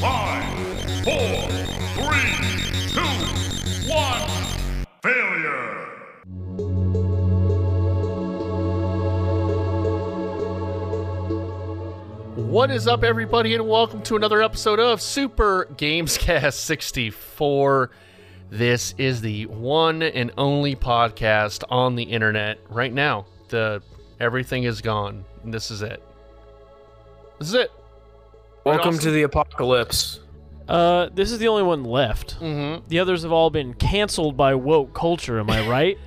Five, four, three, two, one. Failure. What is up, everybody, and welcome to another episode of Super Gamescast 64. This is the one and only podcast on the internet right now. The everything is gone. and This is it. This is it. Welcome Austin? to the apocalypse. Uh, this is the only one left. Mm-hmm. The others have all been canceled by woke culture, am I right?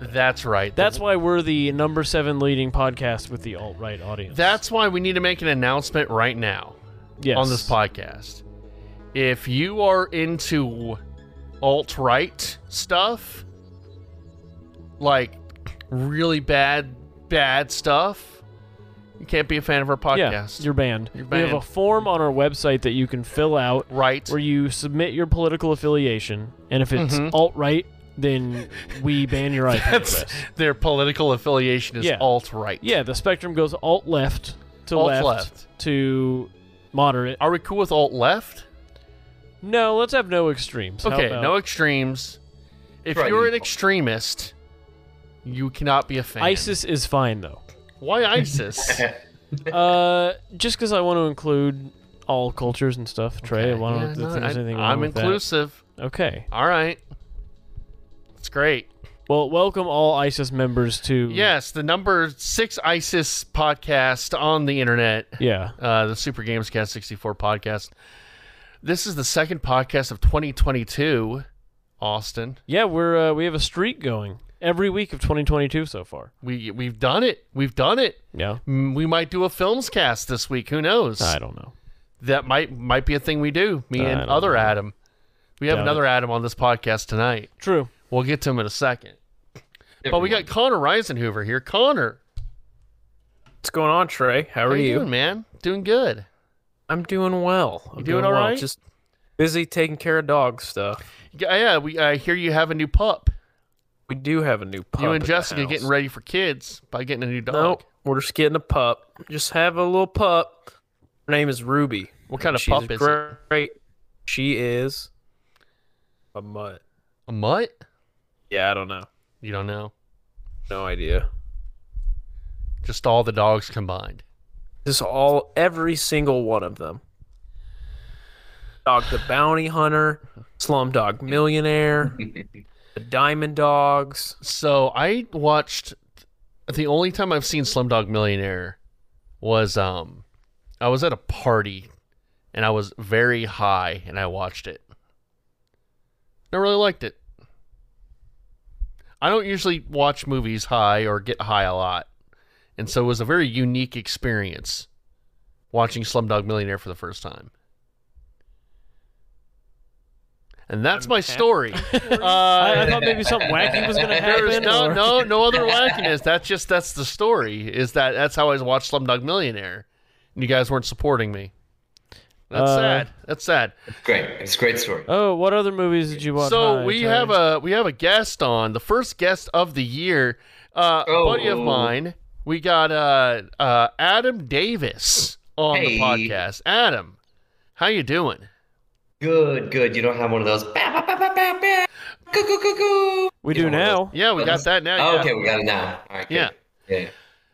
That's right. That's why we're the number seven leading podcast with the alt right audience. that's why we need to make an announcement right now. yes. on this podcast. If you are into alt right stuff, like really bad, bad stuff, you can't be a fan of our Yeah, podcast. you're banned. You're We have a banned. form on our website that you can fill out right. where you submit your political affiliation, and if it's Mhm. alt right, then we ban your IP That's- address. Their political affiliation is Yeah. alt right. Yeah, the spectrum goes alt left to Alt left, left. to moderate. Are we cool with alt left? No, let's have no extremes. How Okay, about- no extremes. If Right. you're an extremist, you cannot be a fan. ISIS is fine though. Why ISIS? uh, just because I want to include all cultures and stuff. Trey, why don't Yeah, no, if there's anything I, wrong I'm with that. inclusive. Okay. All right. That's great. Well, welcome all ISIS members to Yes, the number six ISIS podcast on the internet, yeah. uh, the Super Gamescast 64 podcast. This is the second podcast of 2022, Austin. Yeah, we're uh, we have a streak going every week of 2022 so far. We, we've done it. We've done it. Yeah, Mm, We might do a films cast this week. Who knows? I don't know. That might might be a thing we do. Me I and don't other know. Adam. We have Doubt another Adam on this podcast tonight. True. We'll get to him in a second. But we got Connor Reisenhoover here. Connor, What's going on, Trey? How How are you, you? doing, man? Doing good. I'm doing well. I'm You doing all well. right? Just busy taking care of dog stuff. Yeah, yeah, we. I hear you have a new pup. We do have a new pup. you at and the Jessica house. getting ready for kids by getting a new dog. Nope, we're just getting a pup. Just have a little pup. Her name is Ruby. What kind of She's pup is it? great. She is a mutt. A mutt? Yeah, I don't know. You don't know. No idea. Just all the dogs combined. Just all every single one of them. Dog the Bounty Hunter, Slumdog Millionaire, the Diamond Dogs. So I watched. The only time I've seen Slumdog Millionaire was um, I was at a party, and I was very high, and I watched it. I really liked it. I don't usually watch movies high or get high a lot, and so it was a very unique experience watching Slumdog Millionaire for the first time. And that's my story. Uh, I, I thought maybe something wacky was gonna happen. There's no, or- no, no other wackiness. That's just that's the story. Is that that's how I watched Slumdog Millionaire, and you guys weren't supporting me. That's Uh, sad. That's sad. Great. It's a great story. Oh, what other movies did you watch? So Hi, we Trey. have a we have a guest on the first guest of the year, uh, a buddy of Oh. mine. We got uh, uh, Adam Davis on Hey. the podcast. Adam, how you doing? Good, good. You don't have one of those. Bah, bah, bah, bah, bah, bah. Coo, coo, coo, coo. we do now. Yeah, we got that now. Oh, yeah. okay, we got it now. All right. Good. Yeah. Yeah.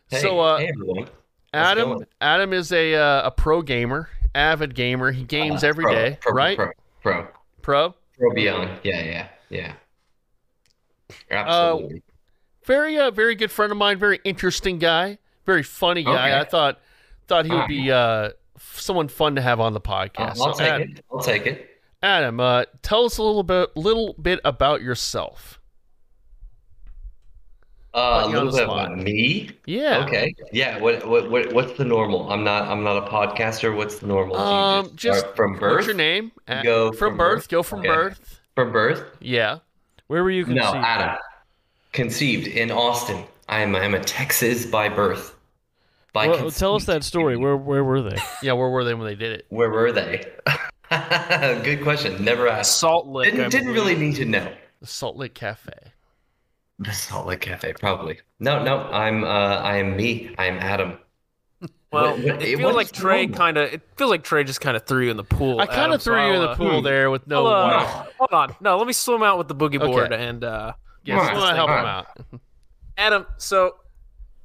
Hey, So, uh, hey, everyone. How's it Adam going? Adam is a uh, a pro gamer, avid gamer. He games Uh, every pro, day, pro, right? Pro, pro, pro? pro beyond. Yeah, yeah, yeah. Uh, Absolutely. very uh, very good friend of mine, very interesting guy, very funny guy. Okay. I thought thought he would be uh, f- someone fun to have on the I'll- podcast. So, I'll take Adam, it. I'll take it. Adam, uh, tell us a little bit little bit about yourself. Uh, Put a you on little the bit about spot. me. Yeah. Okay. Yeah. What, what? What? What's the normal? I'm not. I'm not a podcaster. What's the normal? Do you Um, just start from birth. What's your name? A- Go from, from birth. birth? Go from Okay. birth. From birth. Yeah. Where were you conceived? No, Adam. Conceived in Austin. I am I am a Texas by birth. By Well, conce- tell us that story. Where where were they? Yeah. Where were they when they did it? Where were they? Good question. Never asked. Salt Lick. I Didn't, didn't believe. really need to know. The Salt Lake Cafe. The Salt Lake Cafe, probably. No, no. I'm uh, I am me. I am Adam. Well, What- what- it, it feels like wasn't Trey normal. kind of. It feels like Trey just kind of threw you in the pool. I kind Adam, of so threw you in I'll, the uh, hmm. pool there with no I'll, uh, warning. Ah, Hold on. No, let me swim out with the boogie Okay. board and uh, Yes, Come on, wanna help come him on. out. Adam. So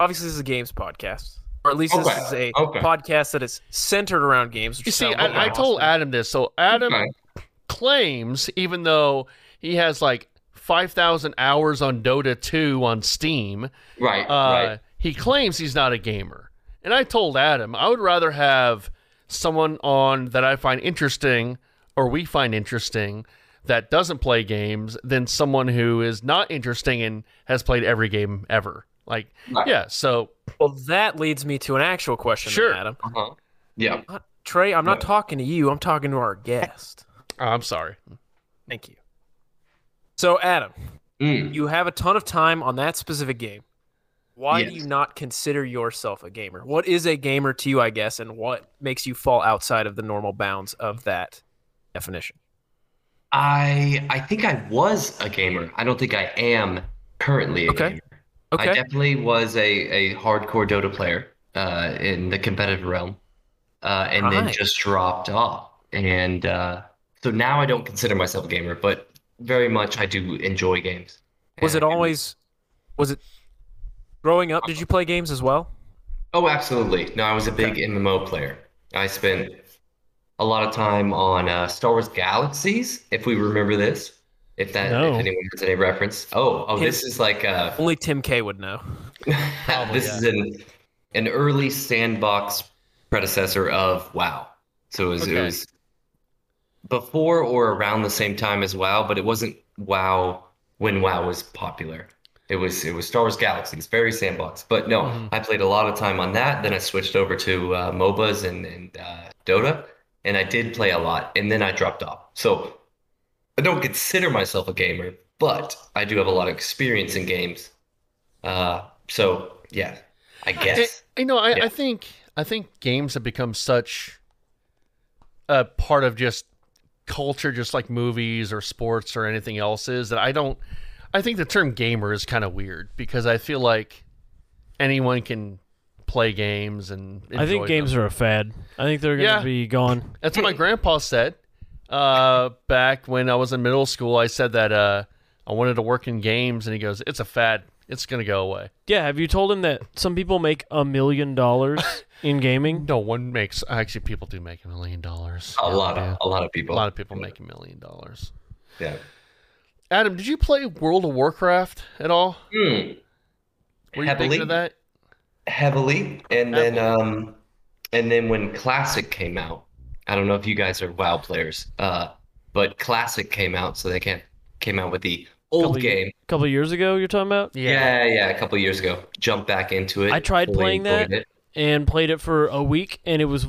obviously this is a games podcast, or at least Okay, this is a okay. podcast that is centered around games. Which You see, sounds like I, I awesome. told Adam this. So Adam Okay. claims, even though he has like 5,000 hours on Dota 2 on Steam, Right. uh, right. he claims he's not a gamer. And I told Adam, I would rather have someone on that I find interesting or we find interesting that doesn't play games than someone who is not interesting and has played every game ever. Like, Right. yeah, so Well, that leads me to an actual question, then, Sure. Adam. Uh-huh. Yeah. Not- Trey, I'm not talking to you. I'm talking to our guest. I'm sorry. Thank you. So, Adam, Mm. you have a ton of time on that specific game. Why do Yes. you not consider yourself a gamer? What is a gamer to you, I guess, and what makes you fall outside of the normal bounds of that definition? I I think I was a gamer. I don't think I am currently a Okay. gamer. I Okay. definitely was a, a hardcore Dota player uh, in the competitive realm, uh, and then Right. just dropped off. And uh, so now I don't consider myself a gamer, but very much I do enjoy games. was it And- always was it growing up, did you play games as well? Oh, absolutely. No, I was a big MMO player. I spent a lot of time on uh, Star Wars Galaxies, if we remember this. If that, No. if anyone has any reference. Oh, oh, this is like uh, Only Tim K would know. Probably, this is an an early sandbox predecessor of WoW. So it was it Okay. was before or around the same time as WoW, but it wasn't WoW when WoW was popular. It was it was Star Wars Galaxies, very sandbox. But no, Mhm. I played a lot of time on that. Then I switched over to uh, MOBAs and and uh, Dota, and I did play a lot. And then I dropped off. So I don't consider myself a gamer, but I do have a lot of experience in games. Uh, so yeah, I guess. I, Eh, you know, I, Yeah. I think I think games have become such a part of just culture, just like movies or sports or anything else is that I don't. I think the term gamer is kind of weird because I feel like anyone can play games and. I think games are a fad. I think they're gonna Yeah. be gone. That's what my grandpa said. Uh, back when I was in middle school, I said that uh, I wanted to work in games, and he goes, "It's a fad. It's gonna go away. Yeah, have you told him that some people make a million dollars in gaming? No one makes. Actually, people do make a million dollars. a Yeah, lot yeah. of a lot of people. A lot of people make a million dollars. Yeah. Adam, did you play World of Warcraft at all? Hmm. Were you big Heavily. into that? Heavily, and then um, and then when Classic came out, I don't know if you guys are WoW players, uh, but Classic came out, so they can came out with the old Couple ye- game. couple years ago, you're talking about, Yeah. yeah, a couple years ago. Jumped back into it. I tried fully playing that. enjoyed it. and played it for a week, and it was.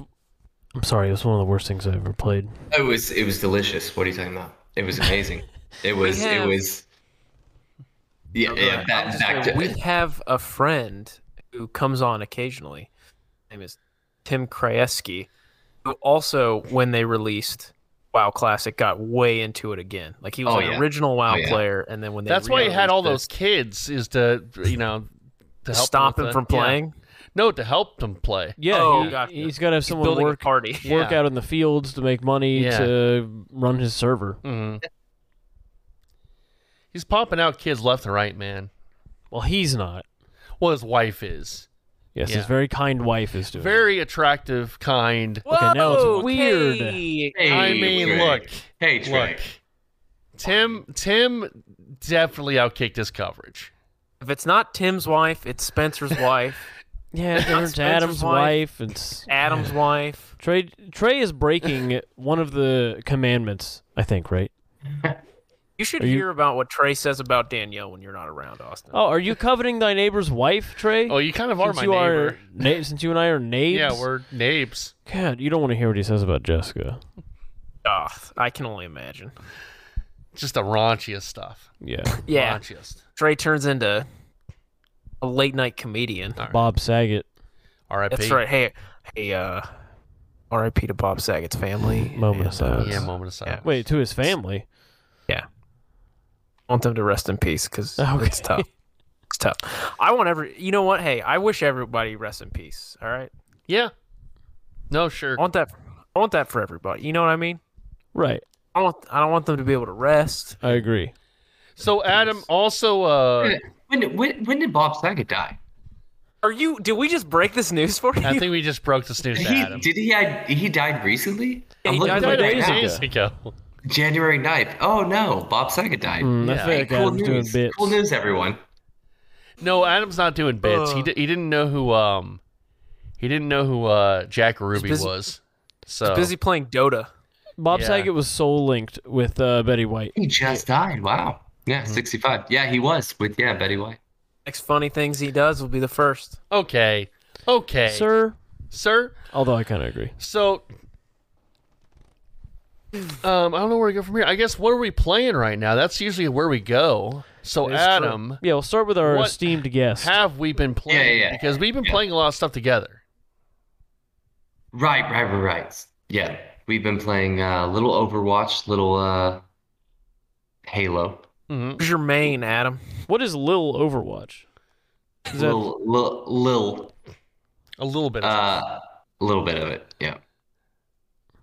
I'm sorry, it was one of the worst things I ever played. It was it was delicious. What are you talking about? It was amazing. It was have- it was. Yeah, yeah. Back, back to we have a friend who comes on occasionally. His name is Tim Krajewski, who also, when they released WoW Classic, got way into it again. Like he was Oh, an yeah. original WoW Oh, yeah. player, and then when they That's why you had all those re-released kids is to you know to it, help stop them him with from the- yeah. playing. No, to help them play. Yeah, Oh, he, gotcha. has got to have someone Building work a party. work out in the fields to make money Yeah. to run his server. hmm He's popping out kids left and right, man. Well, he's not. Well, his wife is Yes, Yeah. his very kind wife is doing. it. very attractive, kind. Okay, now it's weird. okay. Hey, I mean, Trey. look, Hey, Trey. look. Tim, Tim definitely outkicked his coverage. If it's not Tim's wife, it's Spencer's wife, Yeah, it's Spencer's Adam's wife. wife. It's Adam's wife. Trey. Trey is breaking one of the commandments. I think, right? You should Are you- hear about what Trey says about Danielle when you're not around, Austin. Oh, are you coveting thy neighbor's wife, Trey? Oh, you kind of are since my you neighbor. are na- since you and I are neighbors. Yeah, we're neighbors. God, you don't want to hear what he says about Jessica. Ah, I can only imagine. Just the raunchiest stuff. Yeah, Yeah, Raunchiest. Trey turns into a late night comedian. Bob Saget. R.I.P. That's right. Hey, hey, uh, R.I.P. to Bob Saget's family. Moment of and, uh, silence. Yeah, moment of silence. Wait, to his family. want them to rest in peace because Okay. it's tough. It's tough. I want every. You know what? Hey, I wish everybody rest in peace. All right. Yeah. No, sure. I want that. I want that for everybody. You know what I mean? Right. I want. I don't want them to be able to rest. I agree. So Adam also uh When, when, when did Bob Saget die? Are you? Did we just break this news for you? I think we just broke the snooze to He, Adam. did he? I, he died recently. I'm he looking died for it like right days now. ago. ago. January 9th. Oh no, Bob Saget died. Mm, I Yeah. feel like cool Adam's doing news. bits. Cool news, everyone. No, Adam's not doing bits. he Uh. d- he didn't know who um he didn't know who uh Jack Ruby busy- was. So busy playing Dota. Bob Yeah. Saget was soul linked with uh, Betty White. He just died. Wow. Yeah, Mm-hmm. 65. Yeah, he was with yeah Betty White. Next funny things he does will be the first. okay. Okay. Sir, Sir. although I kind of agree. So um I don't know where to go from here. I guess what are we playing right now? That's usually where we go. So That is true. Adam, Yeah, we'll start with our What esteemed guest. have we been playing? yeah. Because we've been Yeah. playing a lot of stuff together. Right, right, right, right. Yeah, we've been playing a uh, little Overwatch, little uh, Halo, hmm Who's your main, Adam? what is Lil Overwatch? Is that- little, little, little, A little bit. Of uh, a little bit of it. Yeah.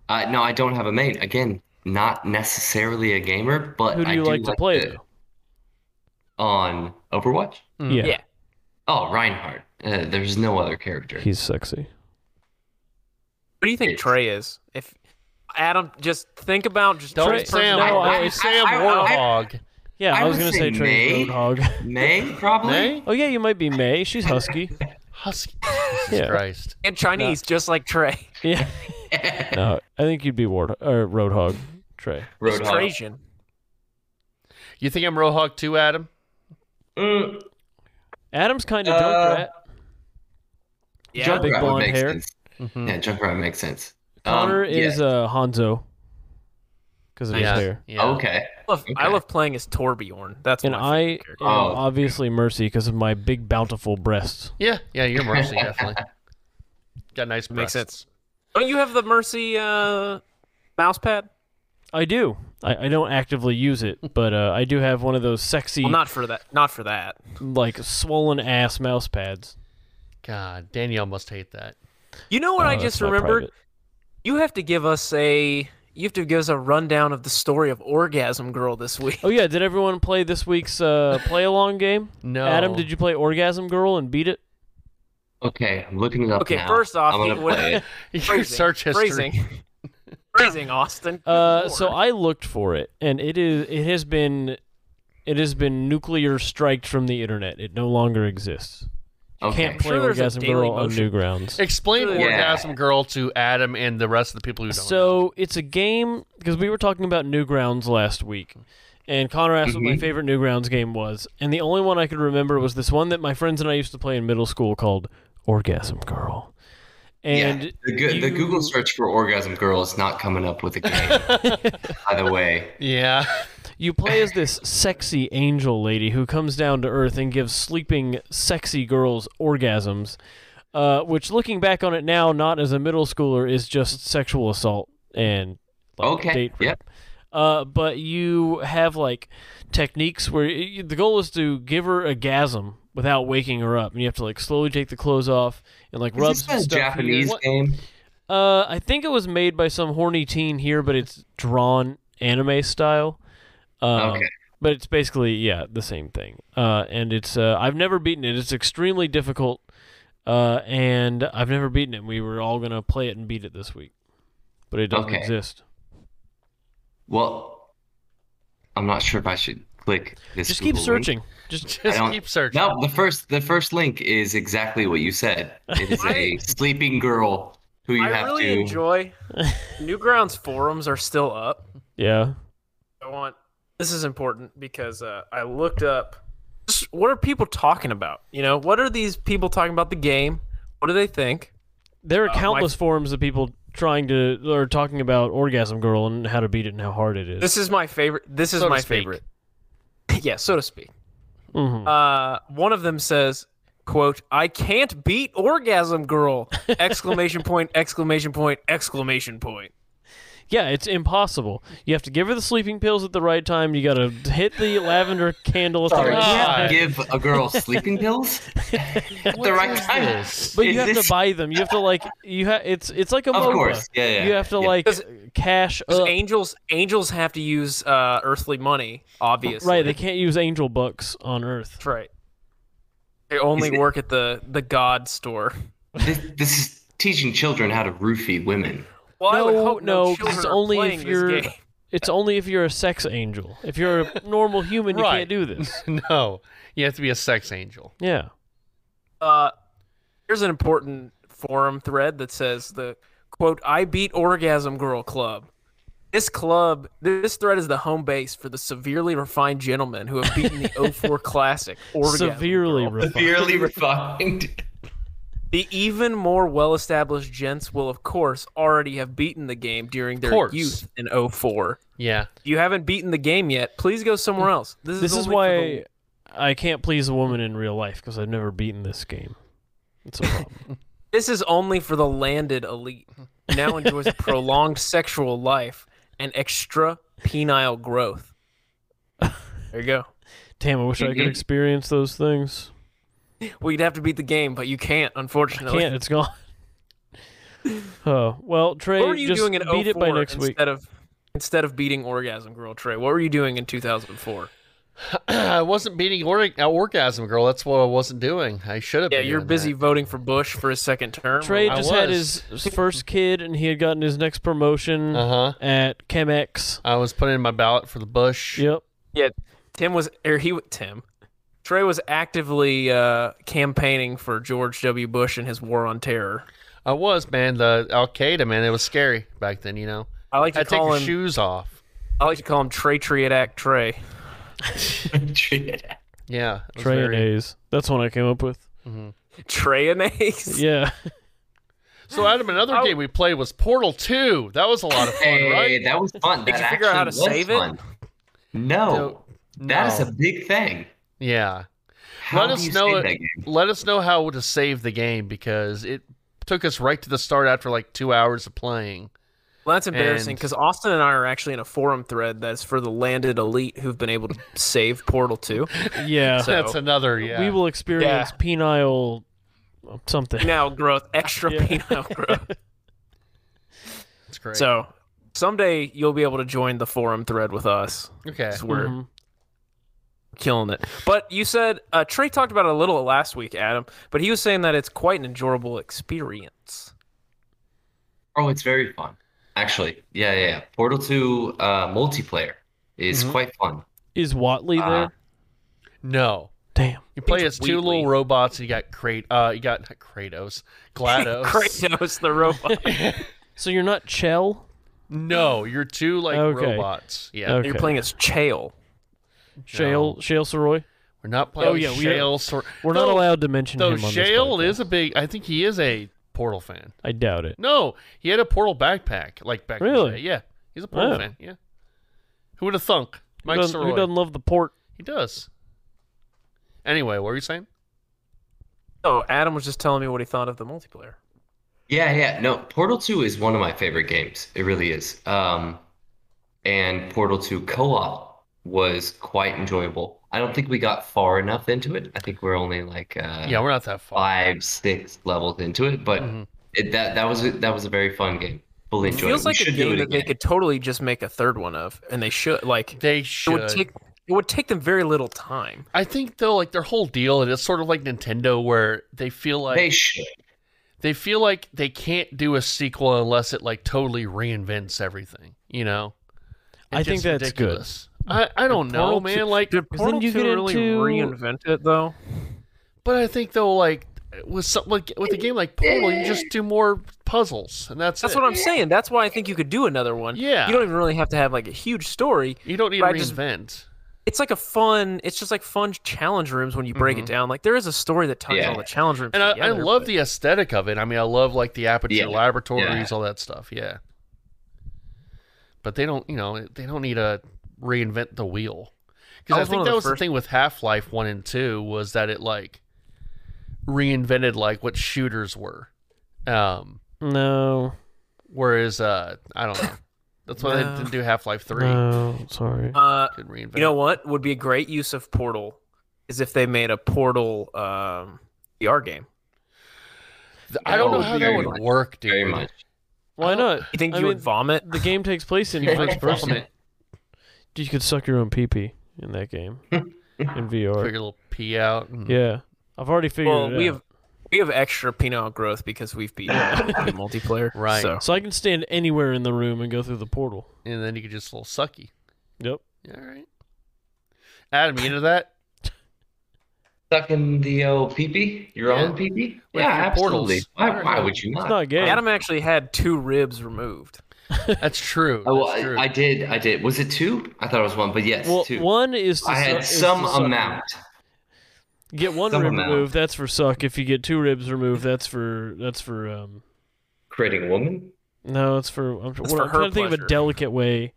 Uh, no, I don't have a main. Again, not necessarily a gamer, but Who do I you do like to play, though? on Overwatch. Mm. Mm-hmm. yeah, Yeah. Oh, Reinhardt. Uh, there's no other character. he's sexy. What do you think Yes. Trey is? If Adam, just think about just Don't Trey's Sam. personality. no, I- I- I- it's Sam I- I- Warthog. Yeah, I, I was would gonna say say Trey May. Roadhog. May, probably. May? oh yeah, you might be May. She's husky. Husky. Jesus Yeah. Christ. and Chinese, just like Trey. yeah. no, I think you'd be Ward or Roadhog. Trey. He's Roadhog. Trajan. You think I'm Roadhog too, Adam? Mm, Adam's kind of Uh, Junkrat. Yeah. Jump big Junkrat would blonde make hair. sense. Mm-hmm. Yeah, Junkrat makes sense. Um, Connor yeah. is uh, Hanzo because of Yeah. his hair, yeah. Okay. I love, I Okay. love playing as Torbjorn. That's and my I am favorite character. Oh. obviously Mercy because of my big bountiful breasts. Yeah. Yeah. You're Mercy, definitely. Got nice. breasts. Makes sense. Don't you have the Mercy uh, mouse pad? I do. I, I don't actively use it, but uh, I do have one of those sexy, Well, not for that. Not for that. like swollen ass mouse pads. God, Danielle must hate that. You know what Uh, I that's just my remembered? private. You have to give us a. You have to give us a rundown of the story of Orgasm Girl this week. Oh yeah, did everyone play this week's uh, play along game? No. Adam, did you play Orgasm Girl and beat it? Okay, I'm looking it up Okay, now. first off, I'm gonna he- what- play it. Your Phrasing. search history. Phrasing. Phrasing, Austin. Uh, Good so lord. I looked for it, and it is it has been it has been nuclear striked from the internet. It no longer exists. Okay. Can't play Sure there's a Orgasm Daily Girl on Motion. Newgrounds. Explain Yeah. Orgasm Girl to Adam and the rest of the people who don't know. So it's a game because we were talking about Newgrounds last week, and Connor asked Mm-hmm. what my favorite Newgrounds game was, and the only one I could remember was this one that my friends and I used to play in middle school called Orgasm Girl. And yeah, the, go- the you- Google search for orgasm girl is not coming up with a game. by the way, Yeah. You play as this sexy angel lady who comes down to earth and gives sleeping sexy girls orgasms, uh, which, looking back on it now, not as a middle schooler, is just sexual assault and like, Okay, date rape. yep. Uh, but you have like techniques where y the goal is to give her a gasm without waking her up, and you have to like slowly take the clothes off and like is rub this some a stuff. here. Japanese What- game? uh, I think it was made by some horny teen here, but it's drawn anime style. Um, Okay. But it's basically yeah the same thing. Uh, and it's uh, I've never beaten it. It's extremely difficult. Uh, and I've never beaten it. We were all gonna play it and beat it this week, but it doesn't Okay. exist. Well, I'm not sure if I should click this. Just keep Google link. searching. Just I Just don't- keep searching. No, the first the first link is exactly what you said. It is a sleeping girl who you I have really to. enjoy. Newgrounds forums are still up. yeah. I want. This is important because uh, I looked up. just What are people talking about? You know, what are these people talking about the game? What do they think? There are Uh, my- countless forums of people trying to or talking about Orgasm Girl and how to beat it and how hard it is. This is my favorite. This is So to my speak. favorite. yeah, so to speak. Mhm. Uh, one of them says, quote i can't beat orgasm girl exclamation point exclamation point exclamation point Yeah, it's impossible. You have to give her the sleeping pills at the right time. You got to hit the lavender candle at the Sorry, right Yeah. time. can't give a girl sleeping pills at the right time. But Is you have this- to buy them. You have to like you have it's it's like a Of MOBA. course, yeah, yeah. You have to yeah. like Does- cash 'Cause up. angels angels have to use uh, earthly money obviously Right, they can't use angel bucks on Earth. That's right they only Is it- work at the the god store This, this is teaching children how to roofie women. well I would No, hope no, no 'cause children it's are only if playing this you're- game. It's only if you're a sex angel. If you're a normal human, you Right. can't do this. No, you have to be a sex angel. Yeah. uh, here's an important forum thread that says the quote i beat orgasm girl club this club this thread is the home base for the severely refined gentlemen who have beaten the 04 classic orgasm Severely Girl. refined. Severely refined. the even more well-established gents will of course already have beaten the game during their course. youth in 04 Yeah. if you haven't beaten the game yet please go somewhere else this, This is, is only for why the- I can't please a woman in real life because I've never beaten this game. It's a problem. This is only for the landed elite. who Now enjoys a prolonged sexual life and extra penile growth. There you go. Damn, I wish I could Mhm. experience those things. Well, you'd have to beat the game, but you can't, unfortunately. Can't. It's gone. Oh well, Trey. What were you just doing in beat 04 it by next instead week. of instead of beating Orgasm Girl Trey? What were you doing in 2004? I wasn't beating or- uh, orgasm girl. That's what I wasn't doing. I should have. Yeah, been you're doing busy that. voting for Bush for his second term. Trey I Um, just had his was. first kid, and he had gotten his next promotion Uh-huh. at Chemex. I was putting in my ballot for the Bush. Yep. Yeah, Tim was or he w- Tim. Trey was actively uh, campaigning for George W. Bush and his war on terror. I was, man. The Al Qaeda, man. It was scary back then. You know, I like I to had to take call your him shoes off. I like to call him Trey Triadak Trey. Yeah, it was Trey and very- A's. That's one I came up with. Treyanase? Yeah. So Adam, another Oh. game we played was Portal Two. That was a lot of fun, Hey, right? that was fun. Did That you figure out how actually to was save it? fun. No, that is No. a big thing. Yeah. How Let do us you know save it- that game? Let us know how to save the game because it took us right to the start after like two hours of playing. Well, that's embarrassing And- because Austin and I are actually in a forum thread that's for the landed elite who've been able to save Portal 2. Yeah. So- That's another. Yeah. We will experience Yeah. penile something. Penile growth, extra Yeah. penile growth. That's great. So someday you'll be able to join the forum thread with us. okay. Mm-hmm. 'cause We're Mhm. killing it. But you said, uh, Trey talked about it a little last week, Adam, but he was saying that it's quite an enjoyable experience. Oh, it's very fun. Actually, yeah, yeah. yeah. Portal 2 uh, multiplayer is Mm-hmm. quite fun. Is Watley Ah. Uh, there? No. Damn. You play as It's two Wheatley. little robots, and you got Krat- uh, you got not Kratos, Glados. Kratos the robot. So you're not Chell? No, you're two like Okay. robots. Yeah, Okay. You're playing as Chael. Shale Shale Soroy? we're not playing. Oh, yeah, we are- Shale. Sor- We're not Though- allowed to mention Though him on Shale this podcast. is a big. I think he is a Portal fan. I doubt it. No, he had a Portal backpack like back. in the Really? day. Yeah, he's a Portal Oh. fan. Yeah. Who would have thunk? Mike who, doesn't, who Soroy. doesn't love the port? He does. Anyway, what were you saying? Oh, Adam was just telling me what he thought of the multiplayer. Yeah, yeah. No, Portal 2 is one of my favorite games. It really is. Um, and Portal 2 co-op was quite enjoyable. I don't think we got far enough into it. I think we're only like uh, Yeah, we're not that far. five, six levels into it, but it, that that was a, that was a very fun game. Fully Mm-hmm. It enjoyed feels it. We like a should do game it that they again. could totally just make a third one of, and they should. Like They it should. would take it would take them very little time. I think though, like their whole deal, it is sort of like Nintendo, where they feel like They should. they feel like they can't do a sequel unless it like totally reinvents everything. You know, I think that's good. I, I don't know, man. like, Did 'Cause then Portal you 2 get really really into- reinvent it though? but I think though, like with some like with a game like Portal, you just do more puzzles, and that's That's it. what I'm saying. That's why I think you could do another one. Yeah. you don't even really have to have like a huge story. You don't need to But I just- reinvent. It's like a fun. It's just like fun challenge rooms when you break it down. Like there is a story that ties Yeah. all the challenge rooms Mm-hmm. and I, I together. love the aesthetic of it. I mean, I love like the aperture Yeah. laboratories, all that stuff. Yeah. But they don't, you know, they don't need to reinvent the wheel. That Because I was one think of that the was the first- thing with Half Life One and Two was that it like reinvented like what shooters were. Um, No. whereas uh, I don't know. That's why No. they didn't do Half Life Three. No, sorry. Uh, Could reinvent. you know what would be a great use of Portal is if they made a Portal um, VR game. Th- I don't Oh, know how that very would much. work, dude. Very much. Why not? You think I you mean, would vomit? The game takes place in first person. You could suck your own pee pee in that game in Figure a VR. little pee out. and- Yeah, I've already figured Well, it we out. have we have extra penile growth because we've beat the multiplayer. Right. So So I can stand anywhere in the room and go through the portal. and then you could just a little sucky. Yep. All right. Adam, you into that? Sucking the old peepee, your Yeah. own peepee. With Yeah, your portals. absolutely. Why, why would you It's not? not gay. Adam actually had two ribs removed. That's true. Oh, That's true. I, I did. I did. Was it two? I thought it was one, but yes, well, two. one is. To I su- had is to some suck. amount. Get one some rib amount. removed. That's for suck. If you get two ribs removed, that's for that's for um. Creating woman. No, it's for. I'm, That's what- for I'm her trying to think of a pleasure. delicate way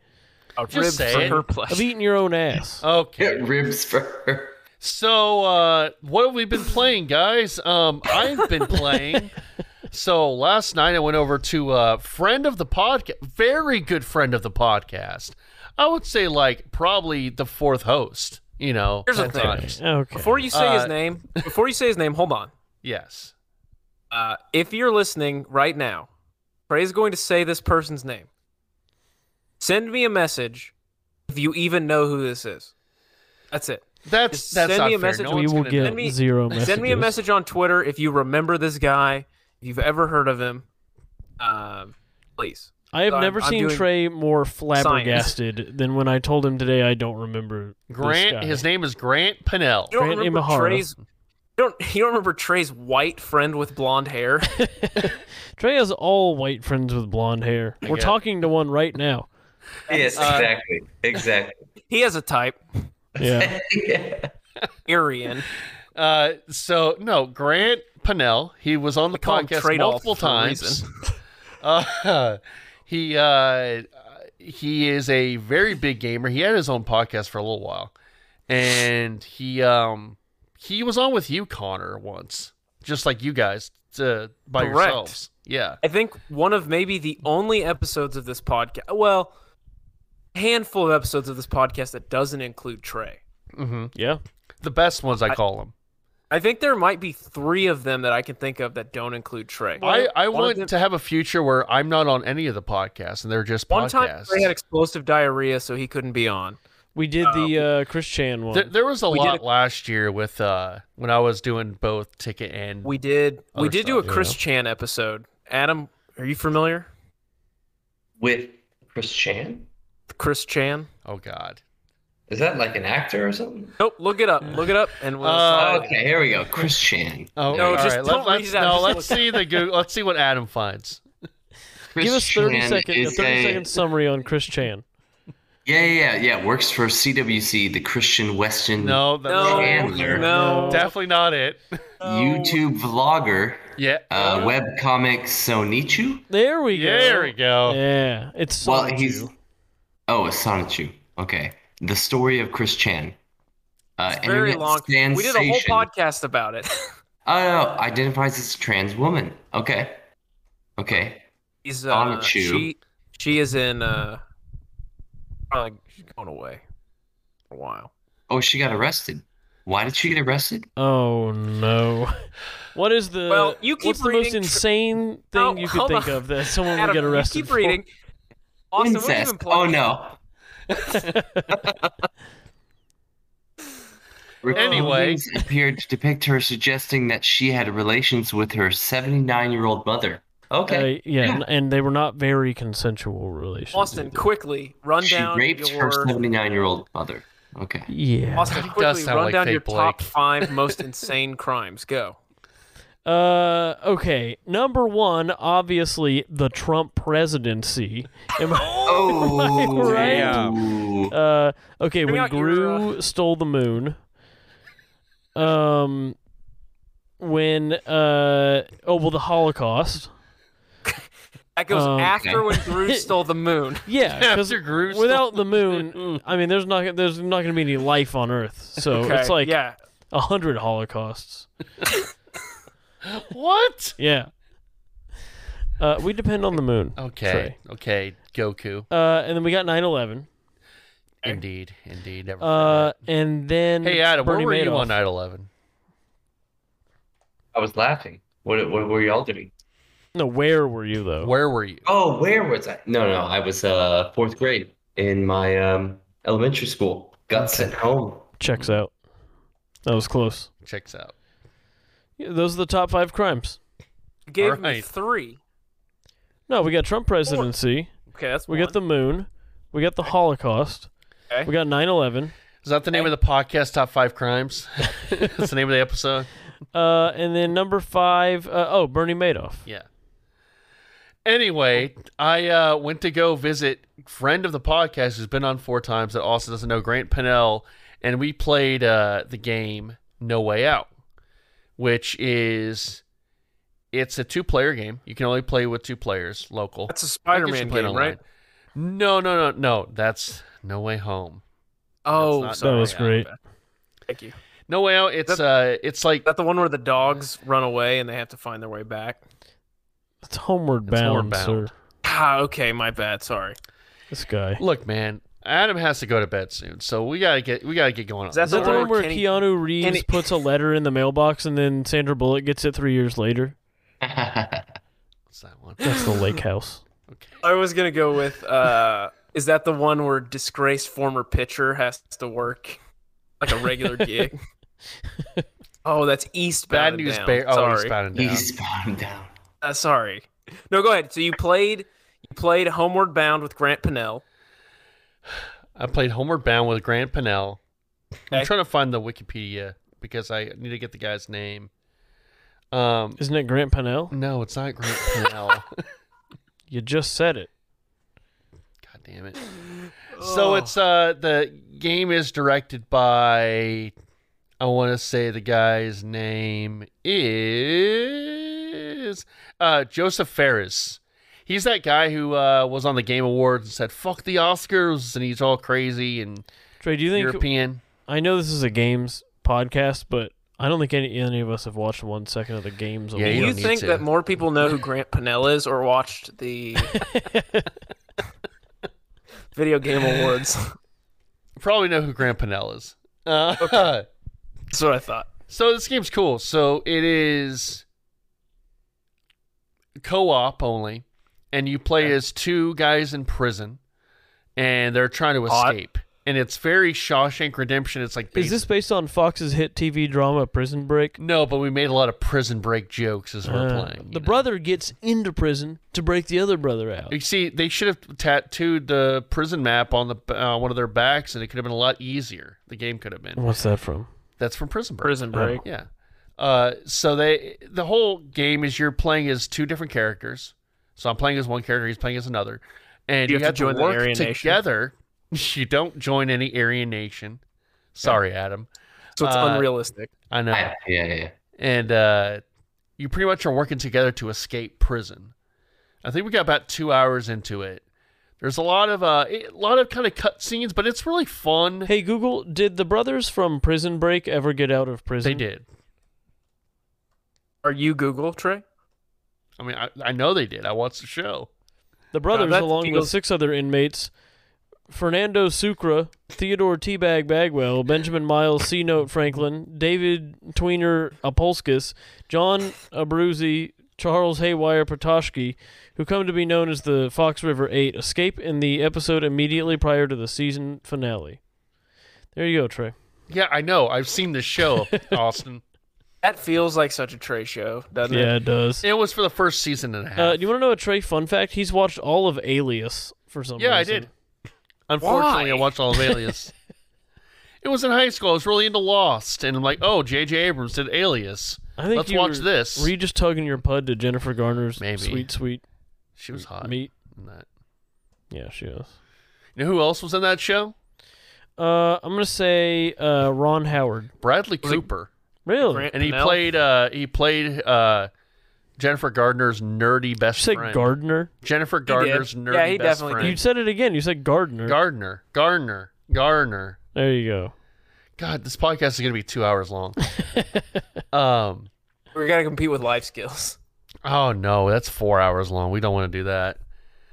A Just rib for saying. her of pleasure. eating your own ass. Yeah, okay. ribs for her. So, uh, what have we been playing, guys? Um, I've been playing. so last night I went over to a friend of the podcast, very good friend of the podcast. I would say like probably the fourth host. You know, Here's the at thing. times. Okay. Oh, Before you say Uh, his name, before you say his name, hold on. Yes. Uh, if you're listening right now, Trey's going to say this person's name. Send me a message if you even know who this is. That's it. That's Just that's send not me a fair. message No when we one's will gonna get know. me- zero messages. Send me a message on Twitter if you remember this guy, if you've ever heard of him. Um, please. I have I'm- never I'm seen doing Trey more flabbergasted than when I told him today I don't remember this Grant. guy. His name is Grant Pinnell. You don't Grant remember Imahara. Trey's. You don't. You don't remember Trey's white friend with blonde hair? Trey has all white friends with blonde hair. We're get it. talking to one right now. Yes, exactly, exactly. he has a type. Yeah. Yeah. Aryan. Uh, so no, Grant Pinnell. He was on the Call him podcast Trade-Off multiple for a times. reason. Uh, he uh, he is a very big gamer. He had his own podcast for a little while, and he um he was on with you, Connor, once, just like you guys, to, by Correct. yourselves. Yeah, I think one of maybe the only episodes of this podcast. Well, handful of episodes of this podcast that doesn't include Trey. hmm yeah. the best ones I call them. I think there might be three of them that I can think of that don't include Trey. I, I One of want them- to have a future where I'm not on any of the podcasts and they're just One time podcasts. Trey had explosive diarrhea, so he couldn't be on. We did the Oh. uh, Chris Chan one. There, there was a We did lot a- last year with uh, when I was doing both ticket and We did. we Other did do a stuff, Chris Chan episode. Adam, are you familiar? With Chris Chan. Chris Chan. oh god, Is that like an actor or something? Nope. Look it up. Look it up, and we'll. Uh, Okay, here we go. Chris Chan. oh No, all just right, don't Let, read us it out, no, just let's see the Google, let's see what Adam finds. Chris Give us 30 Chan second, a is 30 a- second summary on Chris Chan. Yeah, yeah, yeah, yeah. Works for CWC, the Christian Weston No, that's no, Chandler. no. definitely not it. YouTube vlogger, yeah, uh, Oh. webcomic Sonichu. There we go. there we go. Yeah. It's so Well, he's oh, it's Sonichu. Okay, the story of Chris Chan. Uh, very internet long. We did a whole sensation. podcast about it. Oh, no, identifies as a trans woman. Okay, okay. He's On uh, a chew. she she is in uh probably she's going away for a while. Oh, she got arrested. Why did she get arrested? Oh no. What is the Well, you keep what's the most reading- insane thing No, you could hold think on. of that someone would Adam, get arrested you keep for? reading. Austin, what have you Incest. been Oh playing? no. Anyway. Recordings appeared to depict her suggesting that she had relations with her 79 year old mother. Okay. Uh, yeah, and- and they were not very consensual relations. Austin, either. quickly run she down raped your her 79 year old mother. Okay. Yeah. Austin, He does quickly sound run like down Faye your top Blake. five most insane crimes. Go. Uh, okay. Number one, obviously, the Trump presidency. Am I- Oh, Right? uh, okay, Bring when out your, Gru stole the moon. Um, when uh, oh well, the Holocaust. That goes Um, after Okay. when Gru stole the moon. Yeah, because After Gru stole without the moon, I mean, there's not there's not gonna be any life on Earth. So Okay, it's like yeah, a hundred holocausts. What? Yeah. Uh, we depend on the moon. Oh. Okay. Okay. Goku. Uh, and then we got 9/11. Indeed. Indeed. Never Uh, forget. and then Hey Adam, Bernie where were you Madoff. on uh, 9/11? I was laughing. What what were y'all doing? No, where were you though? Where were you? Oh, where was I? No, no, I was uh fourth grade in my um elementary school. Got sent home. Checks out. That was close. Checks out. Yeah, those are the top five crimes. You gave me Alright. three. No, we got Trump presidency. Okay, that's We one. got the moon. We got the Holocaust. Okay. We got 9/11. Is that the name of the podcast? Top five crimes. That's the name of the episode. Uh, and then number five, uh, oh, Bernie Madoff. Yeah. Anyway, I uh, went to go visit friend of the podcast who's been on four times that also doesn't know Grant Pinnell, and we played uh, the game No Way Out, which is it's a two-player game. You can only play with two players local. That's a I guess you Spider-Man play it game, online. right? No, no, no, no. That's No Way Home. Oh, That's not- That sorry. was great. Thank you. Is No Way Out. It's uh, it's like that the one where the dogs run away and they have to find their way back? It's homeward It's bound, homeward bound. sir. Ah, okay, my bad. Sorry. This guy. look, man. Adam has to go to bed soon, so we gotta get we gotta get going. Is on that Is this. that the Or one where Kenny- Keanu Reeves Kenny- puts a letter in the mailbox and then Sandra Bullock gets it three years later? What's that one? That's the lake house. Okay. I was gonna go with. uh Is that the one where disgraced former pitcher has to work like a regular gig? oh, that's Eastbound. Bad and news Down. bear. Oh, sorry. he's bound and down. He's spawned down. Uh, sorry. No, go ahead. So you played. You played Homeward Bound with Grant Pinnell. I played Homeward Bound with Grant Pinnell. I'm Okay. trying to find the Wikipedia because I need to get the guy's name. Um, Isn't it Grant Pinnell? no, it's not Grant Pinnell. God You just said it. damn it. So it's uh the game is directed by I want to say the guy's name is uh Joseph Ferris. He's that guy who uh, was on the Game Awards and said "fuck the Oscars" and he's all crazy and Trey, do you think European. I know this is a games podcast, but I don't think any any of us have watched one second of the games. Yeah, you Do award. you don't need think to. that more people know who Grant Pinnell is or watched the video game awards? Probably know who Grant Pinnell is. Uh, That's what I thought. So this game's cool. So it is co-op only, and you play as two guys in prison, and they're trying to Hot. escape. And it's very Shawshank Redemption. It's like Is this basi- based on Fox's hit TV drama Prison Break? no, but we made a lot of prison break jokes as we're Uh, playing. the you know? brother gets into prison to break the other brother out. You see, they should have tattooed the prison map on the uh, one of their backs, and it could have been a lot easier. The game could have been. What's that from? That's from Prison Break. Prison Break. Yeah. Uh, so they the whole game is you're playing as two different characters. So I'm playing as one character, he's playing as another, and You you, have to have, to, join the work Aryan Nation. together. You don't join any Aryan nation. Sorry, Adam. So it's Uh, unrealistic. I know. I- yeah, yeah, yeah. and uh, you pretty much are working together to escape prison. I think we got about two hours into it. There's a lot of uh, a lot of kind of cut scenes, but it's really fun. Hey Google, did the brothers from Prison Break ever get out of prison? They did. Are you Google, Trey? I mean, I, I know they did. I watched the show. The brothers, that along with feels- six other inmates, Fernando Sucre, Theodore Teabag Bagwell, Benjamin Miles C. Note Franklin, David Tweener Apolskis, John Abruzzi, Charles Haywire Patoshki, who come to be known as the Fox River Eight, escape in the episode immediately prior to the season finale. There you go, Trey. Yeah, I know. I've seen the show, Austin. That feels like such a Trey show, doesn't Yeah, it? it does. It was for the first season and a half. Uh, do you want to know a Trey fun fact? He's watched all of Alias for some yeah, I reason. did. Unfortunately, I Why? watched all of Alias. it was in high school. I was really into Lost, and I'm like, oh, J.J. Abrams did Alias. I think Let's you watch were- this. Were you just tugging your pud to Jennifer Garner's Maybe. Uh, sweet, sweet she was hot. meat? in that. Yeah, she is. You know who else was in that show? Uh, I'm gonna say uh, Ron Howard. Bradley Cooper, Really? Grant and he Pinnell? played. Uh, he played uh, Jennifer Gardner's nerdy best you say friend. Gardner? Jennifer did. Gardner's Yeah, nerdy he best definitely friend. You said it again. You said Gardner. Gardner, Gardner, Gardner. there you go. God, this podcast is gonna be two hours long. um, We gotta compete with life skills. Oh no, that's four hours long. We don't want to do that.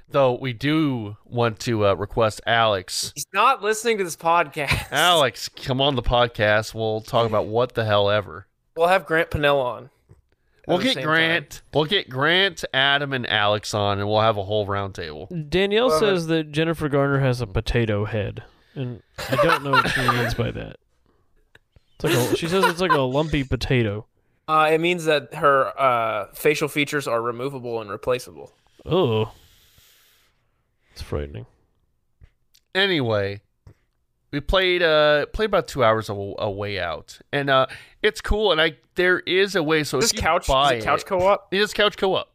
Though we do want to uh, request Alex. He's not listening to this podcast. Alex, come on the podcast. We'll talk about what the hell ever. We'll have Grant Pinnell on. at We'll the get same Grant. We'll get Grant, Adam, and Alex on, and we'll have a whole roundtable. Danielle Love says that Jennifer Garner has a potato head, and I don't know what she means by that. It's like a, she says it's like a lumpy potato. time. Uh, it means that her uh, facial features are removable and replaceable. Oh, it's frightening. Anyway, we played uh played about two hours a, a way out, and uh it's cool. And I there is a way. So This if you couch, buy this couch it- co-op. It is couch co-op.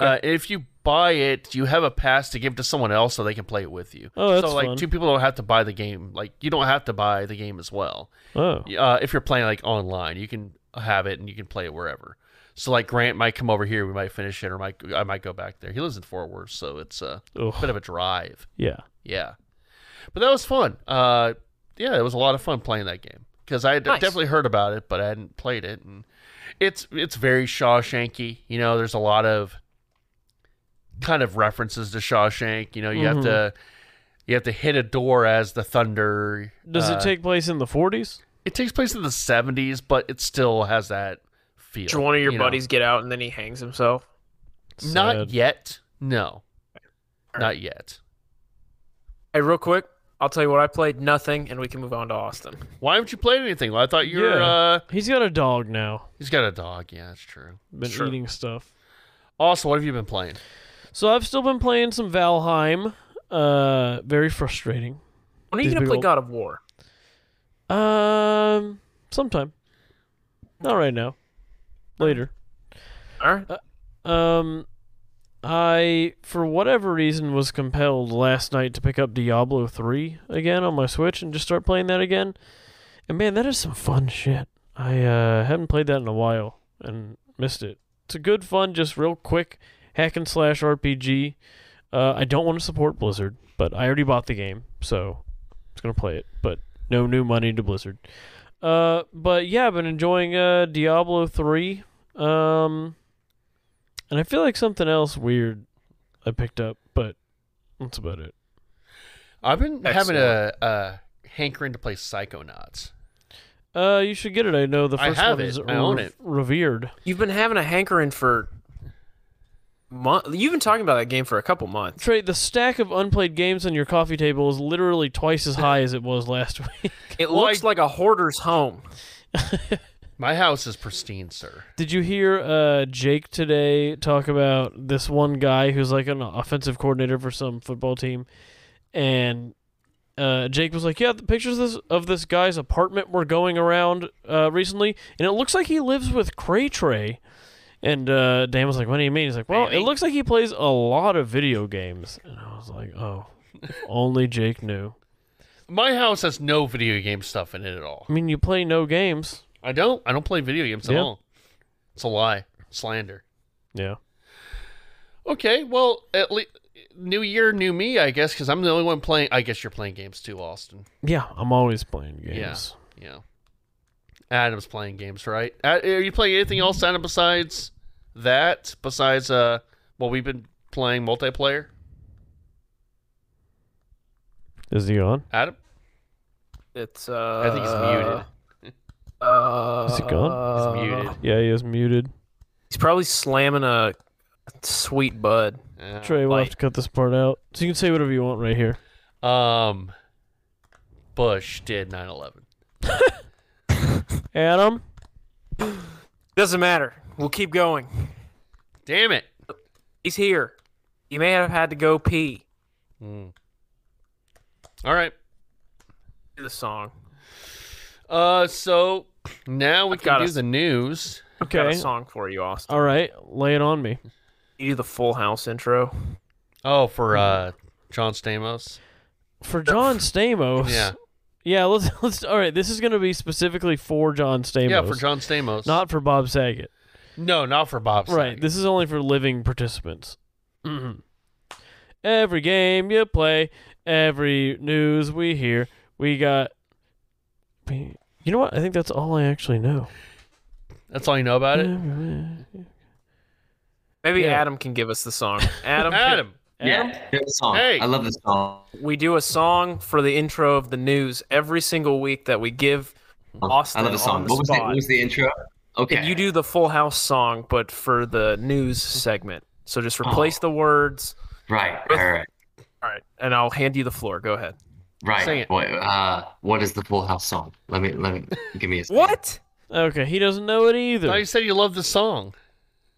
Uh, if you buy it, you have a pass to give to someone else so they can play it with you. Oh, that's so like fun. two people don't have to buy the game. Like you don't have to buy the game as well. Oh, Uh, if you're playing like online, you can have it and you can play it wherever. So like Grant might come over here, we might finish it, or might I might go back there. He lives in Fort Worth, so it's a Ugh. bit of a drive. yeah. Yeah, but that was fun. Uh, yeah, it was a lot of fun playing that game because I had Nice. definitely heard about it, but I hadn't played it, and it's it's very Shawshanky. You know, there's a lot of kind of references to Shawshank. You know, you Mm-hmm. have to you have to hit a door as the thunder. Does uh, it take place in the 40s? It takes place in the 70s, but it still has that feel. Does one of your you know. buddies get out and then he hangs himself? Not Sad. yet. No. Not yet. Hey, real quick, I'll tell you what I played. Nothing, and we can move on to Austin. Why haven't you played anything? I thought you were. Yeah. Uh, He's got a dog now. he's got a dog. Yeah, that's true. Been Sure. eating stuff. Also, what have you been playing? So I've still been playing some Valheim. Uh, very frustrating. When are you These gonna big play old- God of War? Um, sometime. Not right now. Later. All right. Um, I for whatever reason was compelled last night to pick up Diablo three again on my Switch and just start playing that again. And man, that is some fun shit. I uh, haven't played that in a while and missed it. It's a good fun, just real quick hack and slash RPG. Uh, I don't want to support Blizzard, but I already bought the game, so I'm just gonna play it. But no new money to Blizzard. Uh, but yeah, I've been enjoying uh, Diablo three. Um, and I feel like something else weird I picked up, but that's about it. I've been having a, a hankering to play Psychonauts. Uh, you should get it. I know the I first have one it. is I own rev- it. revered. You've been having a hankering for month. You've been talking about that game for a couple months. Trey, the stack of unplayed games on your coffee table is literally twice as high as it was last week. It Well, looks I- like a hoarder's home. My house is pristine, sir. Did you hear uh, Jake today talk about this one guy who's like an offensive coordinator for some football team? And uh, Jake was like, "Yeah, the pictures of this, of this guy's apartment were going around uh, recently, and it looks like he lives with Cray Tray." And uh, Dan was like, "What do you mean?" He's like, "Well, it Really? looks like he plays a lot of video games." And I was like, "Oh, if only Jake knew." My house has no video game stuff in it at all. I mean, you play no games. I don't. I don't play video games at Yeah. all. It's a lie. Slander. Yeah. Okay, well, at least new year, new me, I guess, because I'm the only one playing. I guess you're playing games too, Austin. Yeah, I'm always playing games. Yeah, yeah. Adam's playing games, right? Ad- Are you playing anything else, Adam, besides that? Besides uh, well, we've been playing multiplayer. Is he on? Adam, It's uh. I think he's muted. Uh, Is he gone? He's muted. Yeah, he is muted. He's probably slamming a sweet bud. Yeah. Trey, we'll have Like- to cut this part out. So you can say whatever you want right here. Um, Bush did 9/11. Adam? Doesn't matter. We'll keep going. Damn it. He's here. He may have had to go pee. All right. Do The song. Uh, so now we got can do a- the news. Got a Okay. song for you, Austin. All right, lay it on me. You do the Full House intro. Oh, for uh, John Stamos. For John Stamos. Yeah. Yeah, let's let's all right, this is going to be specifically for John Stamos. Yeah, for John Stamos. Not for Bob Saget. no, not for Bob. Right. This is only for living participants. Mm-hmm. Every game you play, every news we hear, we got we, You know what? I think that's all I actually know. That's all you know about it. Maybe Yeah. Adam can give us the song. Adam, Adam, Yeah, here's the song. Hey. I love this song. we do a song for the intro of the news every single week that we give Austin. I love this song. on the what, was the, spot. what was the intro? Okay. And you do the Full House song, but for the news segment. So just Oh. replace the words. Right, right, right. All right, and I'll hand you the floor. Go ahead. Right. Sing it. What, uh, what is the Full House song? Let me, let me, give me a second. What? Okay, he doesn't know it I either. thought you said you love the song.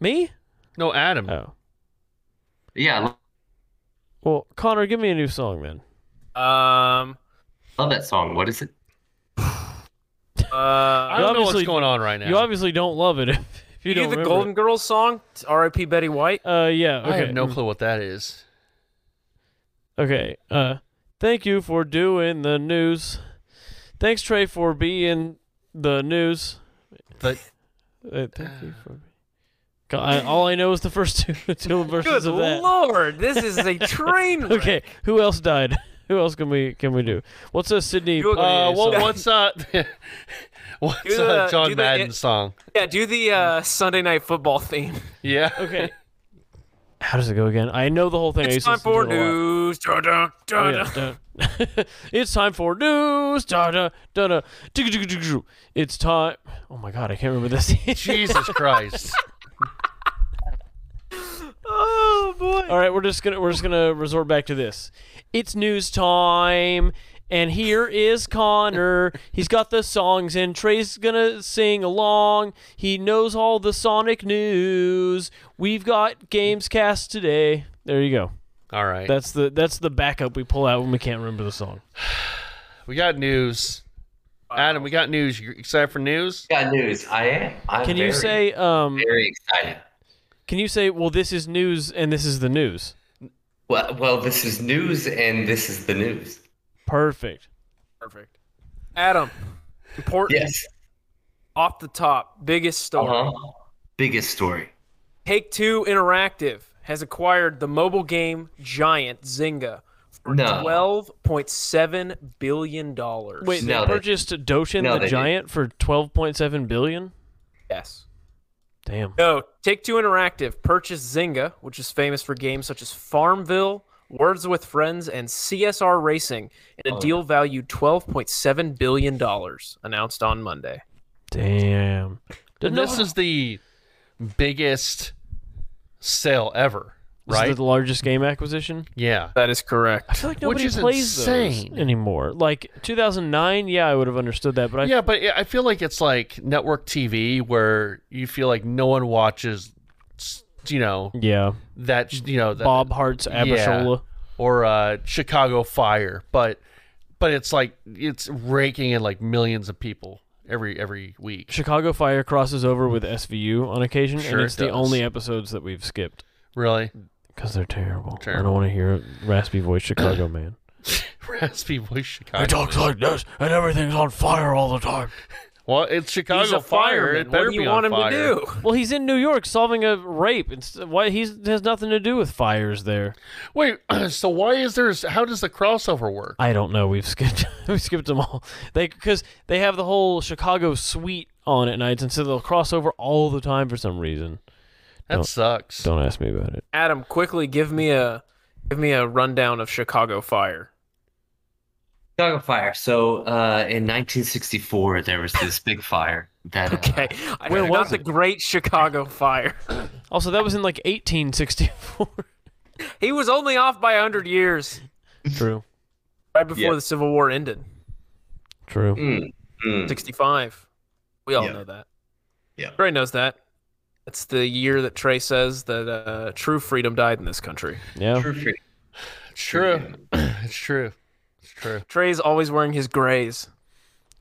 Me? No, Adam. Oh. Yeah, I lo- Well, Connor, give me a new song, man. Um. love that song. What is it? I Uh, You don't know obviously- what's going on right now. You obviously don't love it if, if you, you do don't the remember Golden Girls song, R.I.P. Betty White. it. Uh, yeah. Okay. I have no clue what that is. Okay. Uh, thank you for doing the news. Thanks, Trey, for being the news. But Uh, thank you for. God, I, all I know is the first two, two Good verses of that. lord, this is a train. wreck. Okay, who else died? Who else can we can we do? What's a Sydney? You- Poitier uh, song? what, what's uh, what's Do the- uh, do John the- Madden song? Yeah, do the uh, Sunday Night Football theme. Yeah. Okay. How does it go again? I know the whole thing. I used It's to listen time for to it a lot. news. Dun, dun, Oh, dun, yeah, dun. dun. it's time for news. Da da da da. digga, digga, digga, digga. It's time. Oh my god, I can't remember this. Jesus Christ. Oh boy. All right, we're just gonna we're just gonna resort back to this. It's news time, and here is Connor. He's got the songs, and Trey's gonna sing along. He knows all the Sonic news. We've got Gamescast today. There you go. All right. That's the that's the backup we pull out when we can't remember the song. we got news. Adam, we got news. You excited for news? Got news. I am. I'm Can you very, say um? Very excited. Can you say well? This is news, and this is the news. Well, well, this is news, and this is the news. Perfect. Perfect. Adam, important Yes. off the top, biggest story. Uh-huh. Biggest story. Take Two Interactive has acquired the mobile game giant Zynga for No. twelve point seven billion dollars. Wait, No, they they- purchased Doshin no, the they didn't. Giant for twelve point seven billion. yes. Damn. No, Take Two Interactive purchased Zynga, which is famous for games such as Farmville, Words with Friends, and CSR Racing, in Oh, a deal valued twelve point seven billion dollars, announced on Monday. Damn. Didn't And this is the biggest sale ever, This right? is the largest game acquisition. yeah. That is correct. I feel like Which nobody is plays those insane. anymore. Like 2009, yeah, I would have understood that, but I Yeah, but I I feel like it's like network TV where you feel like no one watches, you know, yeah, that, you know, that, Bob Hart's Abishola. or uh, Chicago Fire, but but it's like it's raking in like millions of people every every week. Chicago Fire crosses over with SVU on occasion, Sure and it it's the does. only episodes that we've skipped Really, because they're terrible. I don't Terrible. want to hear a raspy voice Chicago man. raspy voice Chicago. talks like this, and everything's on fire all the time. Well, it's Chicago He's a Fire. fireman. It What better do be you on want him fire. to do? Well, he's in New York solving a rape. It's why he's has nothing to do with fires there. Wait, so why is there? How does the crossover work? I don't know. We've skipped we skipped them all. They because they have the whole Chicago suite on at nights, and so they'll cross over all the time for some reason. That sucks. Don't ask me about it. Adam, quickly give me a give me a rundown of Chicago Fire. Chicago Fire. So uh, in 1964, there was this big fire that. uh, Okay, I Where not was the it? Great Chicago Fire. Also, that was in like 1864. He was only off by hundred years true. right before Yeah. the Civil War ended. True. mm, mm. Sixty-five. We all Yeah. know that. Yeah. Trey knows that. It's the year that Trey says that uh, true freedom died in this country. Yeah. True freedom. It's true. it's true. It's true. Trey's always wearing his grays.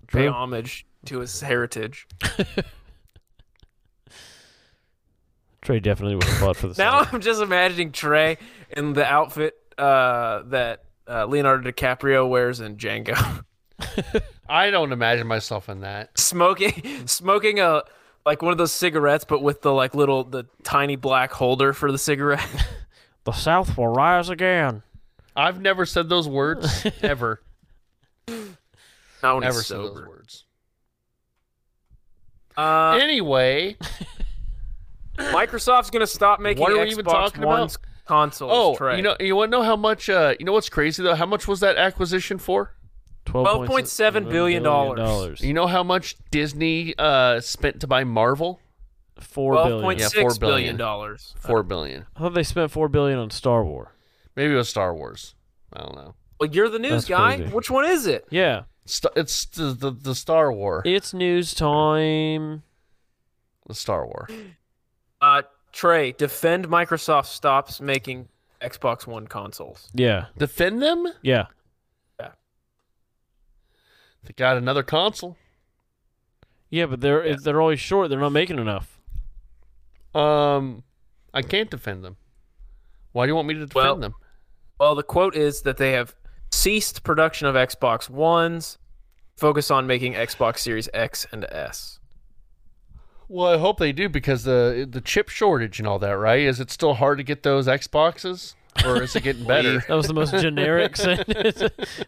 Pay True. homage to his heritage. Trey definitely would have fought for the Now South. I'm just imagining Trey in the outfit uh, that uh, Leonardo DiCaprio wears in Django. I don't imagine myself in that. smoking smoking a like one of those cigarettes but with the like little the tiny black holder for the cigarette The South will rise again. I've never said those words ever. not when Never he's said those sober words. Uh, Anyway, Microsoft's gonna stop making What are we Xbox even talking about? One's consoles. oh, Trey. you know, you want to know how much? Uh, you know what's crazy though? How much was that acquisition for? $12.7 $12.7 billion dollars. You know how much Disney uh, spent to buy Marvel? Four twelve billion. point Yeah, six four billion billion. dollars. Four billion. I thought they spent four billion on Star Wars. Maybe it was Star Wars. I don't know. Well, you're the That's news guy. crazy. Which one is it? Yeah, St- it's the, the the Star War. it's news time. The Star War. Uh, Trey, defend Microsoft stops making Xbox One consoles. Yeah, Defend them? yeah. They got another console. Yeah, but they're if they're always short. They're not making enough. Um, I can't defend them. Why do you want me to defend Well- them? Well, the quote is that they have ceased production of Xbox Ones, focus on making Xbox Series X and S. Well, I hope they do because the the chip shortage and all that, right? Is it still hard to get those Xboxes, or is it getting better? That was the most generic sentence.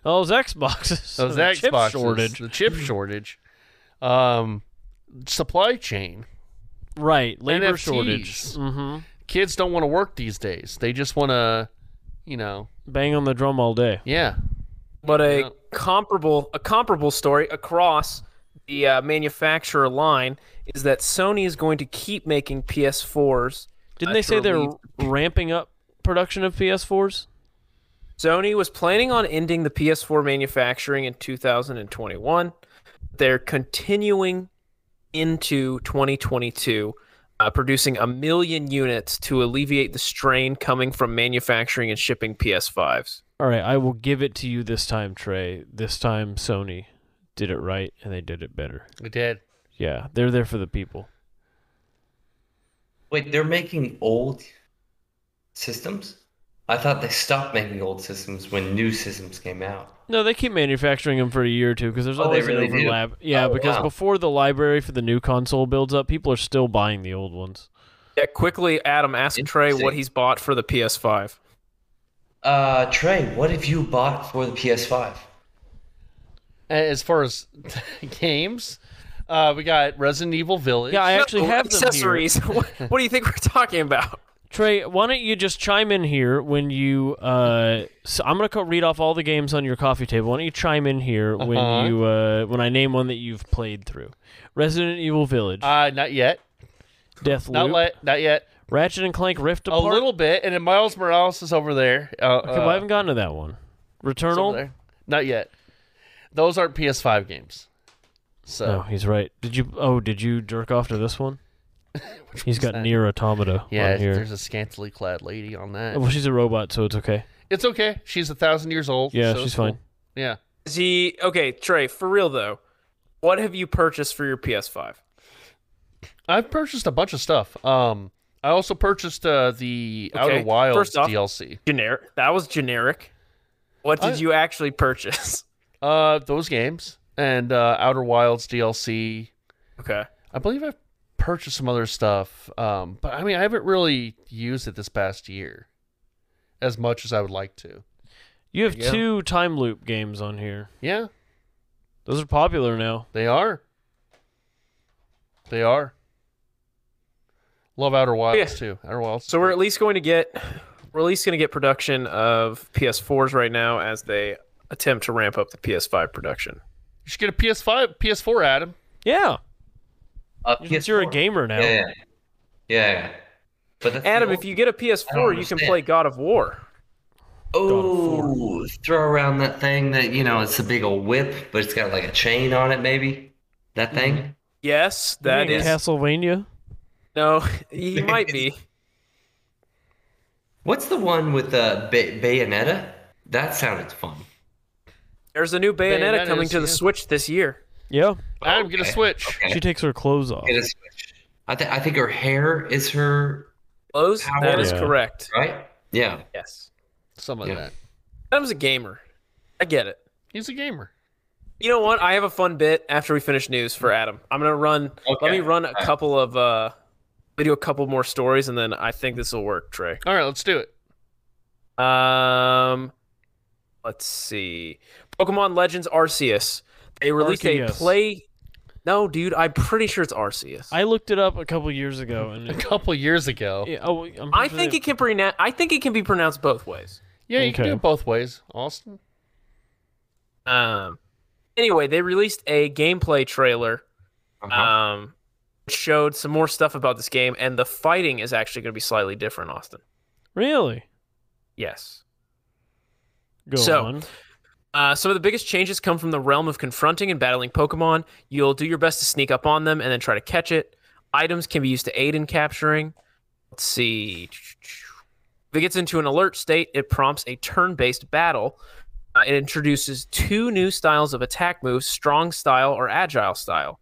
Those Xboxes. those The Xboxes, chip shortage. the chip shortage, um, supply chain. Right, labor NFTs. shortage. Mm-hmm. Kids don't want to work these days. They just want to, you know, Bang on the drum all day. yeah. But a Yeah. comparable a comparable story across the uh, manufacturer line is that Sony is going to keep making PS4s. Didn't uh, they to say they're relieve- ramping up production of PS4s? Sony was planning on ending the PS4 manufacturing in 2021. They're continuing into 2022, uh, producing a million units to alleviate the strain coming from manufacturing and shipping PS5s. All right, I will give it to you this time, Trey. This time, Sony did it right and they did it better. We did. Yeah, they're there for the people. Wait, they're making old systems? I thought they stopped making old systems when new systems came out. No, they keep manufacturing them for a year or two because there's Oh, they always really an do? overlap. Yeah, Oh, because wow. before the library for the new console builds up, people are still buying the old ones. Yeah, quickly, Adam, ask Trey what Interesting. he's bought for the PS5. Uh, Trey, what have you bought for the PS5? As far as games, uh, we got Resident Evil Village. Yeah, I actually No, have them here. accessories. what, what do you think we're talking about? Trey, why don't you just chime in here when you? Uh, so I'm gonna co- read off all the games on your coffee table. Why don't you chime in here when Uh-huh. you uh, when I name one that you've played through? Resident Evil Village, Uh, not yet. Deathloop, Not le- Not yet. Ratchet and Clank Rift A Apart. little bit, and then Miles Morales is over there. Uh, Okay, well, I haven't gotten to that one. Returnal. Not yet. Those aren't PS5 games. So No, Oh, he's right. Did you? Oh, did you jerk off to this one? He's got near automata yeah, on here. Oh. there's a scantily clad lady on that. Well, she's a robot, so it's okay. It's okay. She's a thousand years old. Yeah, so she's it's cool. fine. Yeah. Is he okay, Trey? For real though, what have you purchased for your PS5? I've purchased a bunch of stuff. Um, I also purchased uh, the Outer Okay, Wilds first off- DLC. Generic. That was generic. What did I- you actually purchase? Uh, those games and uh, Outer Wilds DLC. Okay. I believe I've purchased some other stuff. Um, but I mean, I haven't really used it this past year as much as I would like to. You have Yeah. two time loop games on here. Yeah, Those are popular now. they are. They are. Love Outer Wilds yeah. too. Outer Wilds. So we're at least going to get we're at least going to get production of PS4s right now as they attempt to ramp up the PS5 production. you should get a PS5, PS4, Adam. Yeah, Uh, since you're a gamer now. Yeah, yeah, yeah. But that's the Adam, old- if you get a I don't PS4, you can play understand. God of War. oh, throw around that thing that you know it's a big old whip, but it's got like a chain on it, maybe that Mm-hmm. thing. Yes, that You mean is Castlevania. no. He might be. What's the one with uh, Bay- Bayonetta? That sounded fun. There's a new Bayonetta, Bayonetta coming is- to the yeah. Switch this year. Yeah, Adam, get a Okay. Switch. Okay. she takes her clothes off. Get a Switch. I, th- I think her hair is her Lowe's? That Power. is Yeah. correct. right. Yeah. Yes. Some of Yeah. that. Adam's a gamer. I get it. He's a gamer. You know what? I have a fun bit after we finish news for Adam. I'm gonna run. Let Okay. me run a Alright. couple of. uh We do a couple more stories, and then I think this will work, Trey. All right, let's do it. Um, let's see. Pokemon Legends Arceus. They released Arceus. a play. No, dude, I'm pretty sure it's Arceus. I, I looked it up a couple years ago, and A it, couple years ago. yeah, oh, I'm pretty think sure it can pronoun- I think it can be pronounced both ways. Yeah, you can Okay. do it both ways. Austin. Um, anyway, they released a gameplay trailer Uh-huh. um, which showed some more stuff about this game, and the fighting is actually going to be slightly different, Austin. they- really Yes. go So- on. Uh, some of the biggest changes come from the realm of confronting and battling Pokemon. You'll do your best to sneak up on them and then try to catch it. Items can be used to aid in capturing. Let's see. If it gets into an alert state, it prompts a turn based battle. Uh, it introduces two new styles of attack moves strong style or agile style.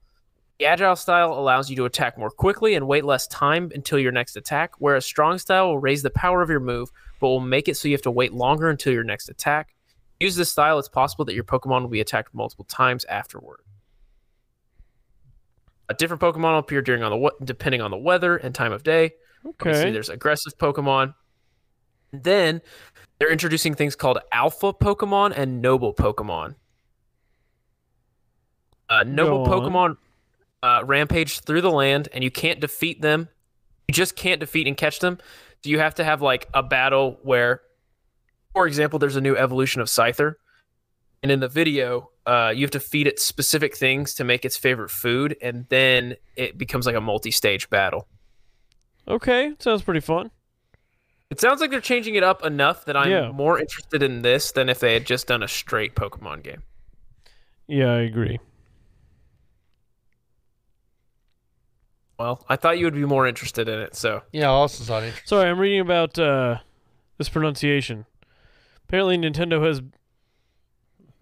The agile style allows you to attack more quickly and wait less time until your next attack, whereas strong style will raise the power of your move, but will make it so you have to wait longer until your next attack use this style, it's possible that your Pokemon will be attacked multiple times afterward. A different Pokemon will appear during on the we- depending on the weather and time of day. Obviously, Okay, there's aggressive Pokemon. Then they're introducing things called Alpha Pokemon and Noble Pokemon. Uh, noble Go Pokemon on. uh, rampage through the land, and you can't defeat them. You just can't defeat and catch them. Do you have to have like a battle where, for example, there's a new evolution of Scyther, and in the video, uh, you have to feed it specific things to make its favorite food, and then it becomes like a multi-stage battle. okay, sounds pretty fun. It sounds like they're changing it up enough that I'm Yeah. more interested in this than if they had just done a straight Pokemon game. Yeah, I agree. Well, I thought you would be more interested in it, so Yeah, Austin's on it. Sorry, I'm reading about uh, this pronunciation. Apparently, Nintendo has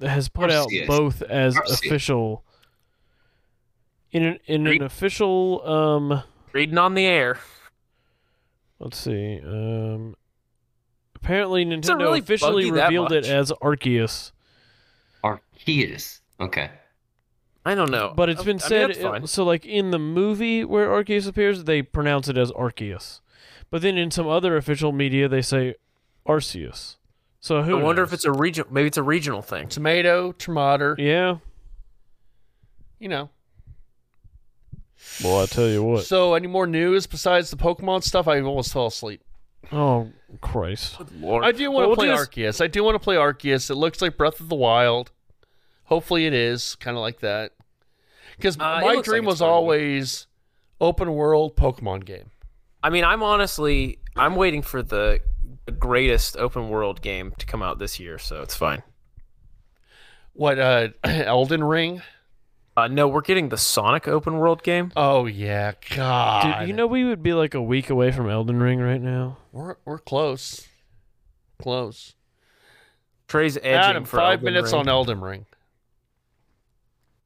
has put out Arceus. both as Arceus. official in an in an official um. reading on the air. Let's see. Um, apparently, Nintendo really officially buggy that revealed it much. as Arceus, Arceus. Okay. I don't know, but it's Oh, I- been I mean, said that's fine. it- so. Like in the movie where Arceus appears, they pronounce it as Arceus, but then in some other official media, they say Arceus. So I who? wonder if knows? it's a region. Maybe it's a regional thing. Tomato, tomato. yeah. You know. Well, I tell you what. So, any more news besides the Pokemon stuff? I almost fell asleep. Oh Christ! Lord. I do want Well, to we'll play do Arceus. I do want to play Arceus. It looks like Breath of the Wild. Hopefully, it is kind of like that. Because Uh, it my looks dream like was it's going to be. always open world Pokemon game. I mean, I'm honestly, I'm waiting for the the greatest open world game to come out this year, so it's fine. What? Uh, Elden Ring. Uh, no, we're getting the Sonic open world game. Oh yeah, God. Dude, you know we would be like a week away from Elden Ring right now. we're we're close, close. Trey's edging Adam, for five Elden minutes Ring. on Elden Ring.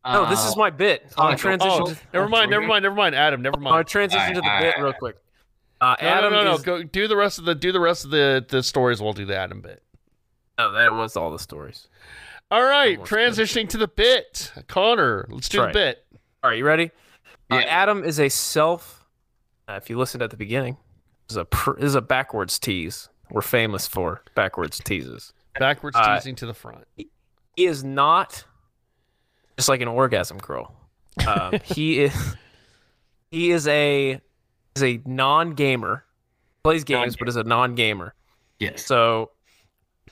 No, this is my bit. Oh, no. I'm gonna transition. Oh, to- never mind, never mind, never mind. Adam, never I'll mind. transition to the Alright, bit alright, real quick. Uh, No, Adam no, no, no. is- Go do the rest of the do the rest of the the stories. We'll do the Adam bit. no, Oh, that was all the stories. All right, Almost good. transitioning to the bit. Connor, let's do Right. the bit. All right, you ready? Uh, Yeah. Adam is a self. Uh, if you listened at the beginning, this is a pr- this is a backwards tease. We're famous for backwards teases. Backwards Uh, teasing to the front. He is not just like an orgasm girl. Um, he is he is a is a non gamer. Plays games, but is a non gamer. Yes. So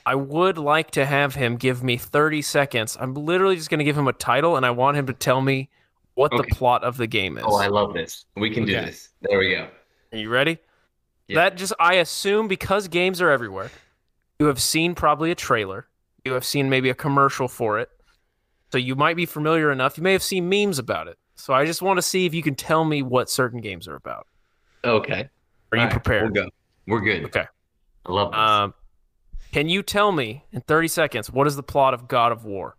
I would like to have him give me 30 seconds. I'm literally just going to give him a title and I want him to tell me what Okay. the plot of the game is. Oh, I love this. We can do Okay. this. There we go. Are you ready? Yeah. That just I assume because games are everywhere. You have seen probably a trailer. You have seen maybe a commercial for it. So you might be familiar enough. You may have seen memes about it. So I just want to see if you can tell me what certain games are about. Okay. Are you All right, prepared? We'll go. We're good. Okay. I love this. Um, can you tell me in 30 seconds what is the plot of God of War?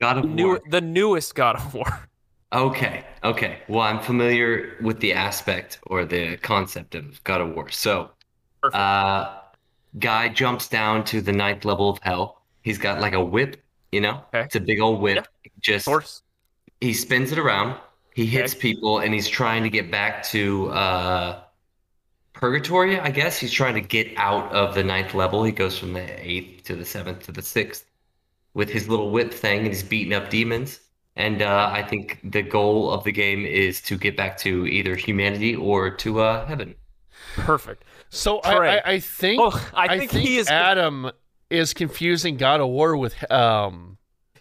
God of New, War. the newest God of War. Okay. Okay. Well, I'm familiar with the aspect or the concept of God of War. So, Perfect. uh, guy jumps down to the ninth level of hell. He's got like a whip, you know? Okay. It's a big old whip. Just Horse. he spins it around. He hits Okay. people, and he's trying to get back to uh, purgatory. I guess he's trying to get out of the ninth level. He goes from the eighth to the seventh to the sixth with his little whip thing, and he's beating up demons. And uh, I think the goal of the game is to get back to either humanity or to uh, heaven. Perfect. So I, Trey. I, I think Oh, I think he is- Adam is confusing God of War with um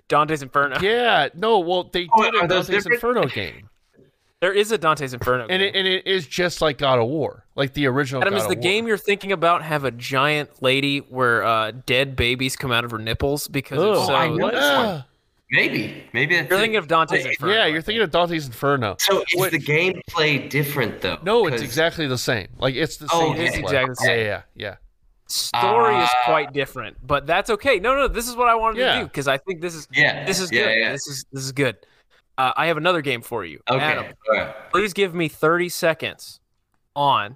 Dante's Inferno. yeah no well they Oh, did are a those Dante's different? Inferno game There is a Dante's Inferno. and game. it, and it is just like God of War like the original Adam, Oh, God is of the War. game you're thinking about have a giant lady where uh, dead babies come out of her nipples because Ugh. it's so? I know this Ah. one. Maybe, maybe that's You're it. thinking of Dante's Inferno. yeah you're thinking of Dante's Inferno So is Wait. the gameplay different though? no it's 'Cause- exactly the same like it's the Oh, same it is gameplay. exactly the yeah same. yeah yeah Story is Ah. quite different, but that's okay. No, no, this is what I wanted Yeah. to do because I think this is Yeah, this is yeah, good. yeah. This is this is good. Uh, I have another game for you, Okay, Adam. all right. Please give me 30 seconds on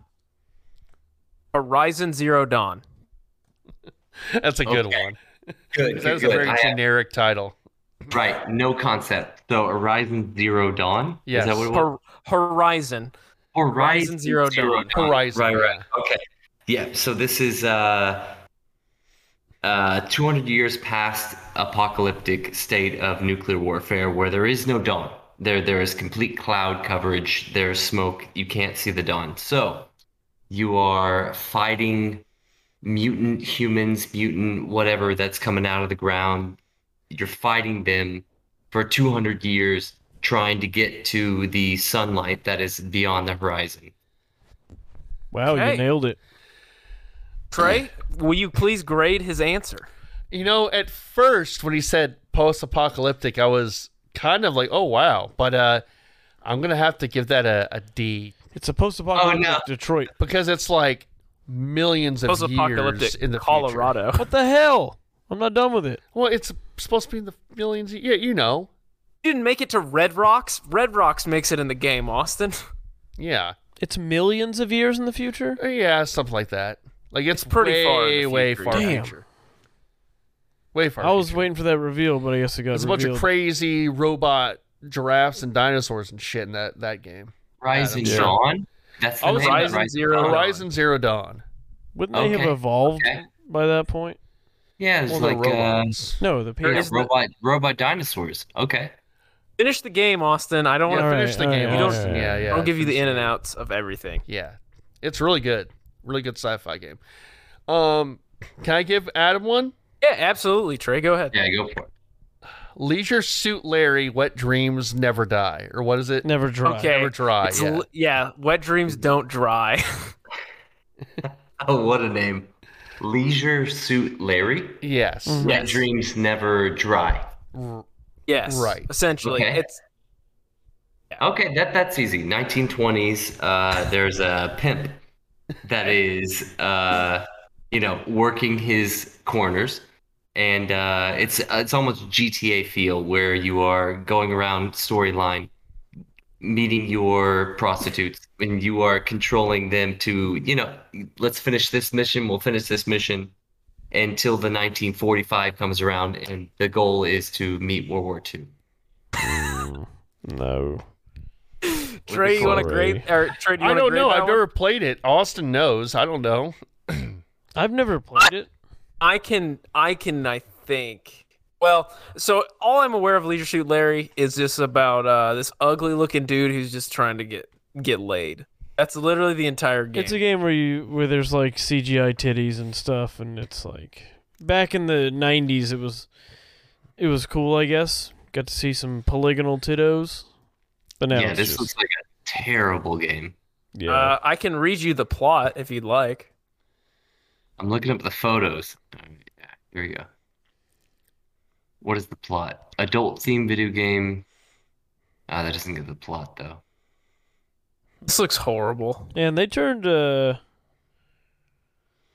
Horizon Zero Dawn. that's a good Okay. one Good, that's a good. very I- generic title right, no concept. So Horizon Zero Dawn. Yes. Is that what it was? Hor- Horizon. Horizon Zero Dawn. Horizon, Right, right. yeah. Okay. Yeah. So this is uh, uh, 200 years past apocalyptic state of nuclear warfare, where there is no dawn. There, there is complete cloud coverage. There's smoke. You can't see the dawn. So, you are fighting mutant humans, mutant whatever that's coming out of the ground. You're fighting them for 200 years, trying to get to the sunlight that is beyond the horizon. Wow, Okay. you nailed it. Trey, will you please grade his answer? You know, at first when he said post-apocalyptic, I was kind of like, "Oh wow," but uh, I'm gonna have to give that a, a D It's a post-apocalyptic Oh, no. Detroit. because it's like millions of Post years apocalyptic in the future. Colorado. What the hell? I'm not done with it. Well, it's supposed to be in the millions. Of, yeah, you know. You didn't make it to Red Rocks. Red Rocks makes it in the game, Austin. Yeah, It's millions of years in the future. Uh, yeah, something like that. Like it's, pretty way, far in the way future, far yeah. Damn. future. Way far. I was future. waiting for that reveal, but I guess it got There's a revealed. bunch of crazy robot giraffes and dinosaurs and shit in that that game. Rising Adam. Dawn. That's the Oh, it's name. Horizon Zero Dawn. Horizon Zero Dawn. Wouldn't they have Okay. evolved Okay. by that point? Yeah, it's Well, they're like uh, robots. No, the yeah, people. is the- robot robot dinosaurs. Okay. Finish the game, Austin. I don't Yeah, want to Alright, finish the alright, game. alright, Austin. alright. yeah, yeah. I'll give you the finish in and outs of everything. Yeah. It's really good. Really good sci-fi game. Um can I give Adam one? Yeah, absolutely, Trey. Go ahead. Yeah, go for it. Leisure Suit Larry, Wet Dreams Never Die. Or what is it? Never dry. Okay. Never Dry. eh, It's uh, yeah. Mm-hmm. l- yeah, wet dreams don't dry. Oh, what a name. Leisure Suit Larry. yes. Mm-hmm. Mhm. Wet dreams never dry. R- yes. Right. Essentially, Okay. it's Okay, that that's easy. 1920s. Uh, there's a pimp that is, uh, you know, working his corners, and uh, it's it's almost GTA feel where you are going around storyline, meeting your prostitutes, and you are controlling them to, you know, let's finish this mission. We'll finish this mission until the 1945 comes around, and the goal is to meet World War II. No. Trey. You want to Sorry. grade? Or Trey, do you I wanna don't grade know. that I've one? never played it. Austin knows. I don't know. I've never played it. I can. I can. I think. Well, so all I'm aware of Leisure Suit Larry is just about uh, this ugly looking dude who's just trying to get get laid. That's literally the entire game. It's a game where you where there's like CGI titties and stuff, and it's like back in the '90s, it was it was cool, I guess. Got to see some polygonal tittos, but now yeah, it's this just, looks like a terrible game. yeah. uh, I can read you the plot if you'd like. I'm looking up the photos. Um, yeah, Here we go. What is the plot? Adult themed video game. Ah, that doesn't give the plot though. This looks horrible. and they turned uh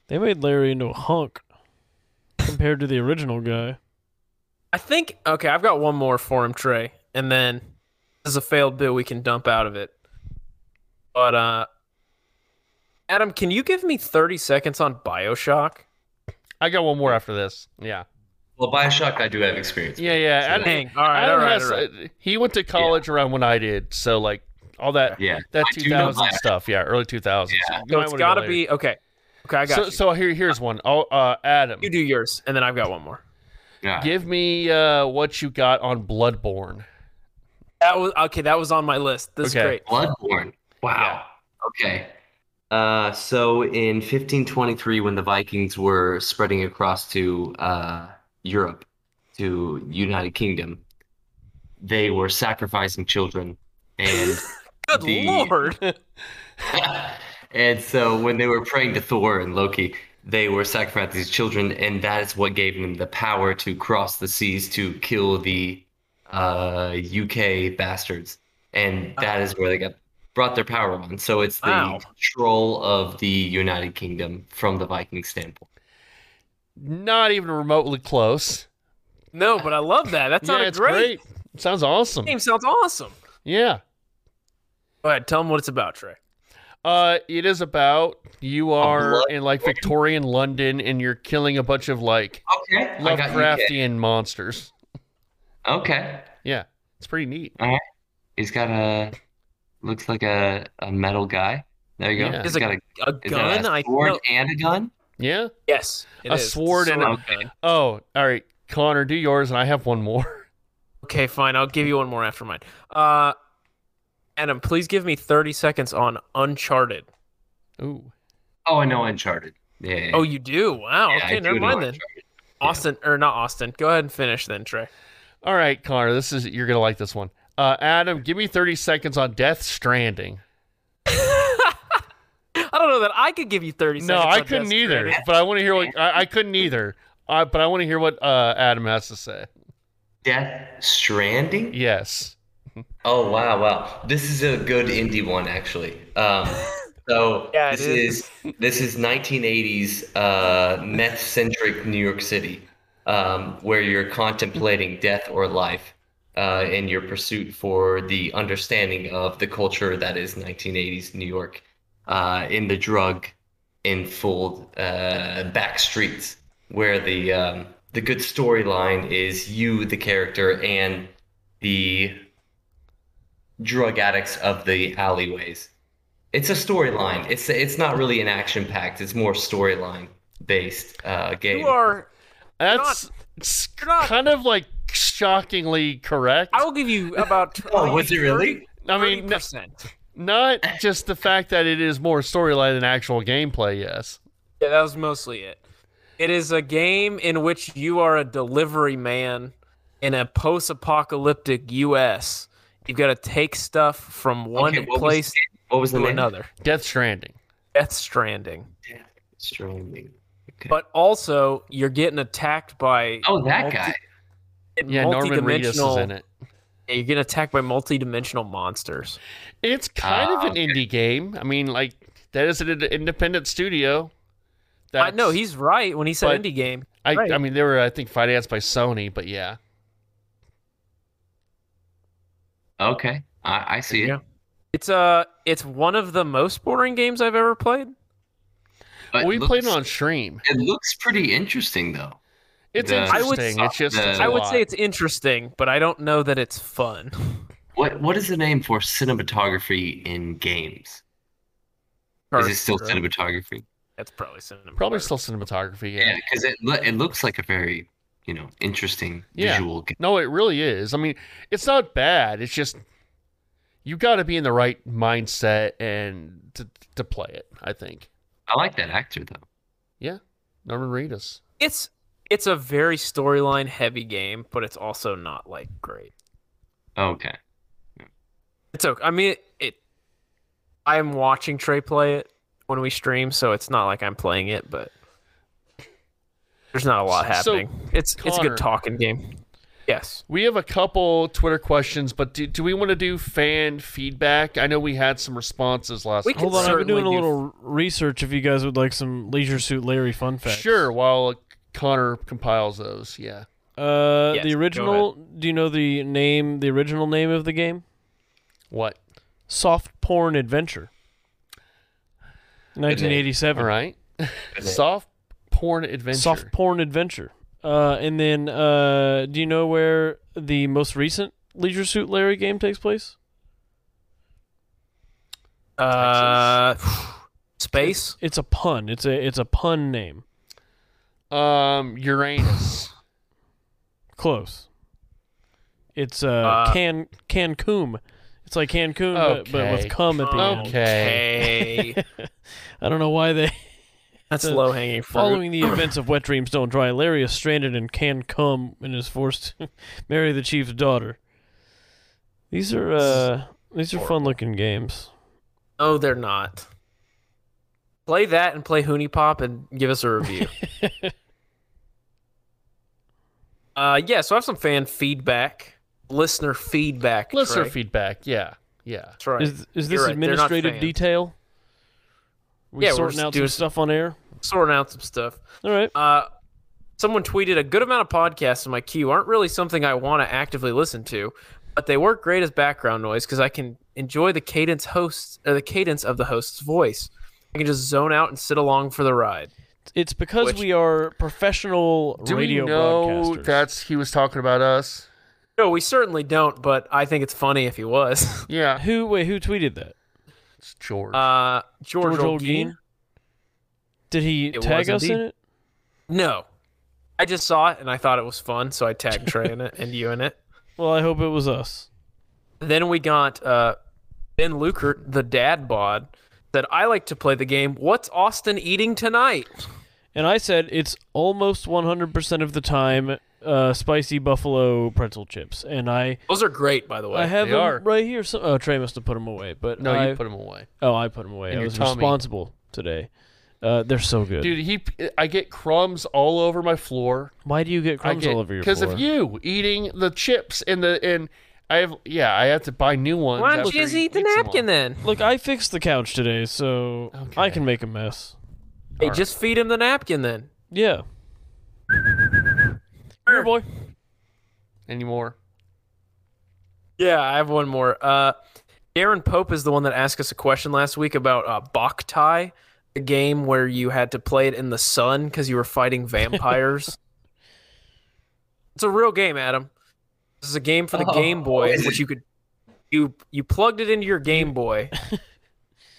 they made Larry into a hunk compared to the original guy. I think okay, I've got one more for him, Trey, and then this is a failed bill we can dump out of it. But uh Adam, can you give me 30 seconds on BioShock? I got one more after this. Yeah. Well, Bioshock, I do have experience. Yeah, yeah. So- Adam, Dang. All right, all Adam right, has, all right. uh, he went to college around when I did, so like all that Yeah. that I do know 2000 Bioshock. stuff. Yeah, early 2000s. Yeah. You So might wanna it's go got to later. be okay. Okay, I got so, you. so here, here's one. Oh, uh, Adam, you do yours, and then I've got one more. Yeah. give me uh, what you got on Bloodborne. That was okay. That was on my list. This Okay. is great. Bloodborne. Wow. Okay. Uh, so in 1523, when the Vikings were spreading across to uh, Europe, to United Kingdom, they were sacrificing children, and Good The- lord. and so when they were praying to Thor and Loki, they were sacrificing these children, and that is what gave them the power to cross the seas to kill the uh, UK bastards. And that is where they got brought their power on. So it's the Wow. control of the United Kingdom from the Viking standpoint. Not even remotely close. No, but I love that. That yeah, sounded it's great. great. Sounds awesome. Game sounds awesome. Yeah. Go ahead, tell them what it's about, Trey. Uh, it is about you are blood in like Victorian London and you're killing a bunch of like Okay. I got UK. Lovecraftian monsters. Okay. Yeah, it's pretty neat. He's got a looks like a, a metal guy. There you go. Yeah. He's Is a got a, A is that gun? a I sword know. and a gun. Yeah. Yes. it A is. It's sword and a- sword gun. Oh, all right, Connor, do yours, and I have one more. Okay, fine. I'll give you one more after mine. Uh, Adam, please give me 30 seconds on Uncharted. Ooh. Oh, I know Uncharted. Yeah. yeah, Oh, you do? Wow. yeah, I okay, do never know mind then. Uncharted. Austin, or not Austin. Go ahead and finish then, Trey. All right, Connor, this is you're gonna like this one. Uh, Adam, give me 30 seconds on Death Stranding. I don't know that I could give you 30 No, seconds. I on couldn't Death either, Stranding. but I want to hear what I, I couldn't either. Uh, but I want to hear what uh, Adam has to say. Death Stranding. Yes. Oh wow, wow! This is a good indie one actually. Um, so Yeah, it this is. this is 1980s uh, meth-centric New York City, um, where you're contemplating death or life uh, in your pursuit for the understanding of the culture that is 1980s New York, uh, in the drug, in full uh, back streets, where the um, the good storyline is you, the character, and the drug addicts of the alleyways. It's a storyline. It's it's not really an action packed. It's more storyline based uh, game. You are. That's s- you're not- kind of like shockingly correct. I will give you about. Oh, was it really? I mean, n- percent. not just the fact that it is more storyline than actual gameplay, yes. Yeah, that was mostly it. It is a game in which you are a delivery man in a post-apocalyptic U.S. You've got to take stuff from one Okay, what was place What was the to name? another. Death Stranding. Death Stranding, Stranding. Okay. but also you're getting attacked by oh, that multi- guy. Yeah, Norman Reedus is multidimensional- in it. Yeah, you're getting attacked by multidimensional monsters. It's kind of Ah, an indie game. I mean, like that is an ind- independent studio. I That's- know he's right when he said but- indie game. I, right. I mean, they were I think financed by Sony, but yeah, Okay, I, I see Yeah. it. It's uh it's one of the most boring games I've ever played. But we it played it looks- on stream. It looks pretty interesting though. It's the- I would- interesting. it's just the- it's a I would lot. say it's interesting, but I don't know that it's fun. What what is the name for cinematography in games? Is it still Carter. cinematography? That's probably cinema. probably still cinematography. Yeah. Yeah, because it lo- it looks like a very you know interesting Yeah. visual game. No, it really is. I mean, it's not bad. It's just you got to be in the right mindset and to, to play it. I think I like that actor though. Norman Reedus. It's it's a very storyline heavy game, but it's also not like great. Oh, Okay. It's okay. I mean, it. I'm watching Trey play it when we stream, so it's not like I'm playing it, but there's not a lot So, happening. it's it's a Connor- good talking game. Yes. We have a couple Twitter questions, but do, do we want to do fan feedback? I know we had some responses last. We time. can Hold on, I've been certainly doing a do- little research. If you guys would like some Leisure Suit Larry fun facts, Sure, while Connor compiles those, yeah. Uh, Yes, the go original. Do you know the name? The original name of the game? What? Soft Porn Adventure. 1987. All right. Soft porn adventure. Hmm. Soft Porn Adventure. Uh, and then, uh, do you know where the most recent Leisure Suit Larry game takes place? Uh, space. It's a pun. It's a it's a pun name. um Uranus. Close. It's uh, Uh, Can Cancun. It's like Cancun, but, but Okay. with cum at the end. Okay. Hey, I don't know why they. that's The low hanging fruit. Following the events of Wet Dreams Don't Dry, Larry is stranded in Cancun and is forced to marry the chief's daughter. These are uh, these are fun looking games. no, they're not. Play that and play Hooney Pop and give us a review. uh, yeah, so I have some fan feedback, listener feedback. Listener Trey. feedback. Yeah. Yeah. That's right. Is is this You're right, they're not administrative fans. detail? We Yeah, we're sorting out some doing- stuff on air. Sorting out some stuff. All right. Uh, someone tweeted a good amount of podcasts in my queue aren't really something I want to actively listen to, but they work great as background noise because I can enjoy the cadence hosts or the cadence of the host's voice. I can just zone out and sit along for the ride. It's because Which- we are professional Do radio we know broadcasters. that's he was talking about us? No, we certainly don't, but I think it's funny if he was. Yeah. Who wait, who tweeted that? It's George. Uh, George, George Olguin? Olguin? Did he It tag was us in indeed. it? No. I just saw it and I thought it was fun, so I tagged Trey in it and you in it. Well, I hope it was us. Then we got uh, Ben Lukert, the dad bod, said, I like to play the game. What's Austin eating tonight? And I said it's almost 100% of the time uh, spicy buffalo pretzel chips. And I Those are great, by the way. I have they them are. right here. So, oh, Trey must have put them away. But no, I, you put him away. oh, I put them away. in I your was tummy. responsible today. Uh, they're so good. Dude, he I get crumbs all over my floor. Why do you get I crumbs all over your floor? because of you eating the chips and the and I have yeah I have to buy new ones. Why don't after you just he eat the eats them all. napkin then? Look, I fixed the couch today, so I Okay. can make a mess. Hey, just feed him the napkin then. Yeah. Here, boy. anymore? Yeah, I have one more. Uh, Darren Pope is the one that asked us a question last week about uh, Boktai, the game where you had to play it in the sun because you were fighting vampires. it's a real game, Adam. This is a game for the Oh, Game Boy, is it? which you could you you plugged it into your Game Boy,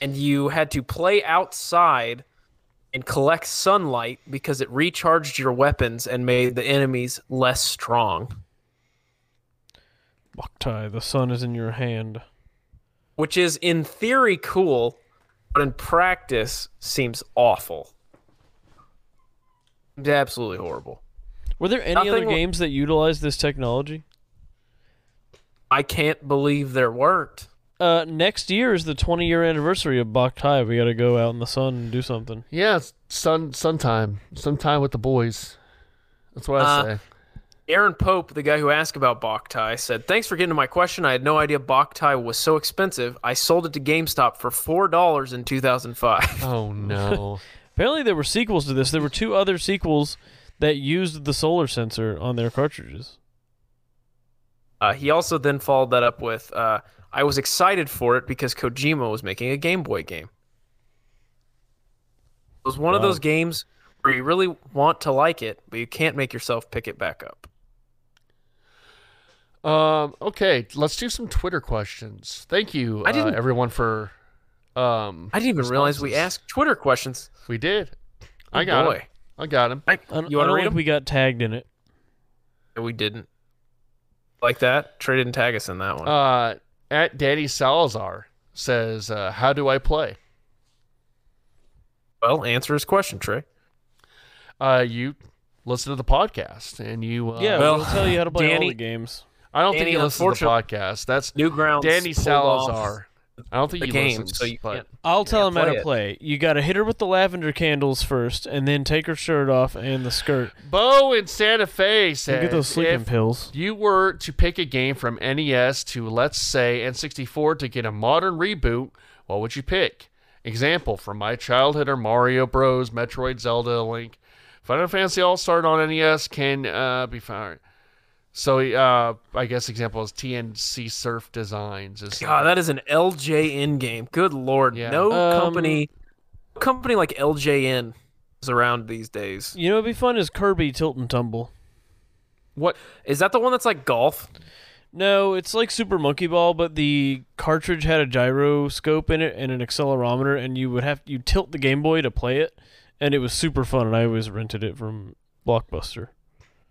and you had to play outside and collect sunlight because it recharged your weapons and made the enemies less strong. Boktai, the sun is in your hand. which is in theory cool, but in practice seems awful. It's absolutely horrible. Were there any Nothing other li- games that utilized this technology? I can't believe there weren't. Uh, next year is the 20 year anniversary of Boktai. We got to go out in the sun and do something. Yeah, it's sun sometime sometime with the boys. That's what I Uh, say. Aaron Pope, the guy who asked about Boktai, said, Thanks for getting to my question. I had no idea Boktai was so expensive. I sold it to GameStop for $4 in 2005. Oh no! Apparently, there were sequels to this. There were two other sequels that used the solar sensor on their cartridges. Uh, he also then followed that up with, uh, I was excited for it because Kojima was making a Game Boy game. It was one of Wow. those games where you really want to like it, but you can't make yourself pick it back up. um, okay, let's do some Twitter questions. Thank you, I uh, didn't- everyone for. Um, I didn't even realize we responses. asked Twitter questions. Oh, We did. I got boy. him. I got him. I, I don't, you I don't want to read think them? we got tagged in it. No, We didn't. Like that? Trey didn't tag us in that one. Uh, at Danny Salazar says, uh, "How do I play?" well, answer his question, Trey. Uh, you listen to the podcast and you. Uh, yeah, well, we'll tell you how to play all Danny- the games. I don't Danny, think you listen to the unfortunate- podcast. That's Newgrounds. Danny pulled off Salazar. I don't think The you game, listens, so you but can't. I'll tell him how play to it. play. You got to hit her with the lavender candles first, and then take her shirt off and the skirt. Bo in Santa Fe says, You get those sleeping if pills. you were to pick a game from NES to let's say N64 to get a modern reboot, what would you pick? Example from my childhood are Mario Bros, Metroid, Zelda, Link. Final Fantasy All Star on NES can uh, be found. So uh, I guess example is TNC Surf Designs. Is God, that is an LJN game. Good lord, Yeah. no Um, company, no company like LJN is around these days. You know, it'd be fun is Kirby Tilt and Tumble. what? Is that the one that's like golf? No, it's like Super Monkey Ball, but the cartridge had a gyroscope in it and an accelerometer, and you would have you tilt the Game Boy to play it, and it was super fun. And I always rented it from Blockbuster.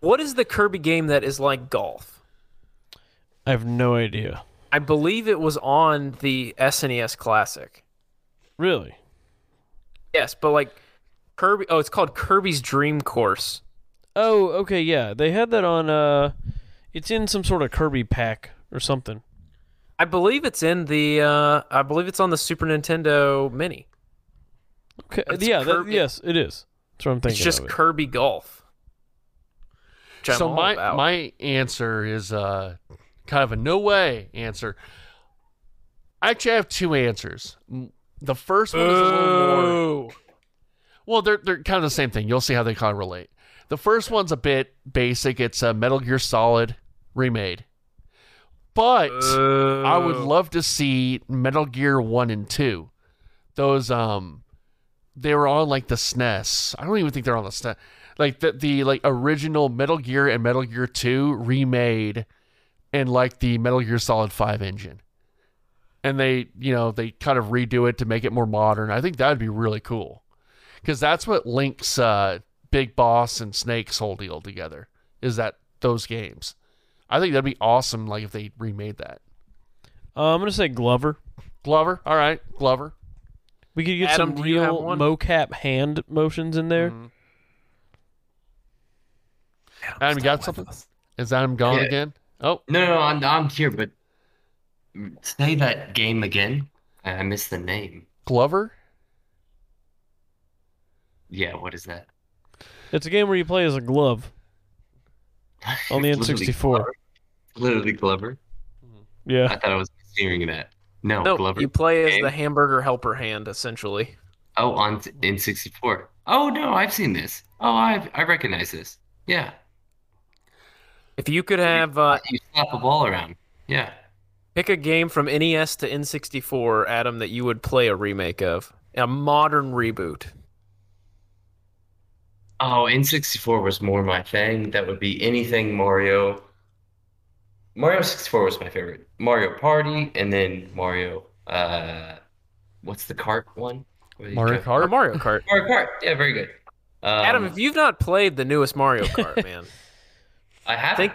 What is the Kirby game that is like golf? I have no idea. I believe it was on the SNES Classic. Really? Yes, but like Kirby. Oh, it's called Kirby's Dream Course. Oh, okay, yeah. They had that on uh it's in some sort of Kirby pack or something. I believe it's in the. Uh, I believe it's on the Super Nintendo Mini. Okay. It's yeah, that, Kirby- yes, it is. That's what I'm thinking. It's just of it. Kirby Golf. Which I'm so all my about. my answer is uh, kind of a no way answer. I actually have two answers. M- The first one is a little more. Boo. Well, they're they're kind of the same thing. You'll see how they kind of relate. The first one's a bit basic. It's a Metal Gear Solid remade, but Uh, I would love to see Metal Gear One and Two. Those um, they were on like the SNES. I don't even think they're on the SNES. Like the the like original Metal Gear and Metal Gear Two remade, in like the Metal Gear Solid Five engine, and they you know they kind of redo it to make it more modern. I think that would be really cool, because that's what links uh, Big Boss and Snake's whole deal together. Is that those games? I think that'd be awesome. Like if they remade that. Uh, I'm going to say Glover. Glover. All right, Glover. We could get Adam, some do you have real one? Mm. mocap hand motions in there. Mm-hmm. Adam, you got something? Is Adam gone Yeah. again? Oh, No, no, I'm, I'm here, but say that game again. I I missed the name. Glover. Yeah, what is that? It's a game where you play as a glove on the It's literally N64. Glover. Literally Glover. I Yeah. thought I was hearing that. No, No, Glover. you play as game. the hamburger helper hand, essentially. Oh, on t- in '64. Oh no, I've seen this. Oh, I I recognize this. Yeah, If you could have uh, you slap a ball around. Yeah. pick a game from NES to N64, Adam, that you would play a remake of, a modern reboot. Oh, N64 was more my thing. That would be anything Mario. Mario 64 was my favorite. Mario Party, and then Mario. Uh, what's the cart one? What do you Mario go- Or Kart. Mario Kart. Mario Kart. Yeah, very good. Adam, Um, if you've not played the newest Mario Kart, man, I have. think-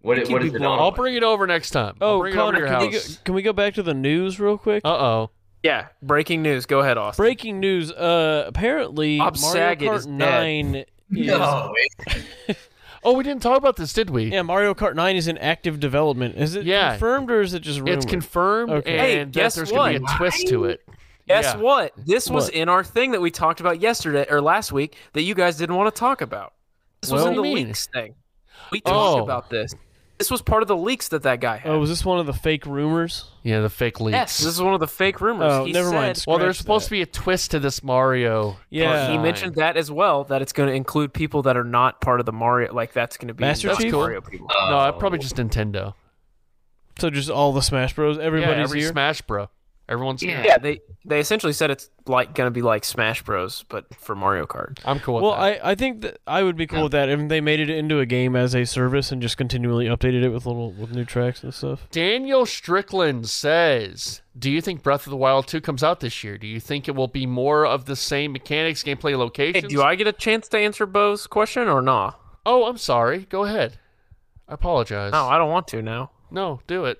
what think what you'd is be it blown on? I'll bring it over next time. I'll Oh, bring it Connor, over to your can we, go, house. can we go back to the news real quick? Uh oh. yeah, breaking news. Go ahead, Austin. Breaking news. Uh, apparently, Bob Mario Saget Kart is dead. 9 is. No, it's- Oh, we didn't talk about this, did we? Yeah, Mario Kart 9 is in active development. Is it Yeah. confirmed or is it just rumored? It's confirmed, Okay. and Hey, that guess there's gonna be a what? twist to it. Guess Yeah. what? This was What? in our thing that we talked about yesterday or last week that you guys didn't want to talk about. This was Well- in the What do you mean? leaks thing. We Oh. talked about this. This was part of the leaks that that guy had. Oh, was this one of the fake rumors? Yeah, the fake leaks. yes, this is one of the fake rumors. Oh, he never said, mind. Well, there's Scratch supposed that. to be a twist to this Mario. Yeah. He Nine. mentioned that as well that it's going to include people that are not part of the Mario. Like that's going to be Master not Chief? Mario people. No, I- Oh. probably just Nintendo. So just all the Smash Bros. Everybody's yeah, every here. Smash Bro. Everyone's Oh, Yeah. here. Yeah, they they essentially said it's like going to be like Smash Bros, but for Mario Kart. I'm cool with well, that. I, I think that I would be cool with that if they made it into a game as a service and just continually updated it with little with new tracks and stuff. Daniel Strickland says, "Do you think Breath of the Wild 2 comes out this year? Do you think it will be more of the same mechanics, gameplay, Hey, locations?" do I get a chance to answer Bo's question or not? Oh, I'm sorry. Go ahead. I apologize. No, I don't want to now. no, do it.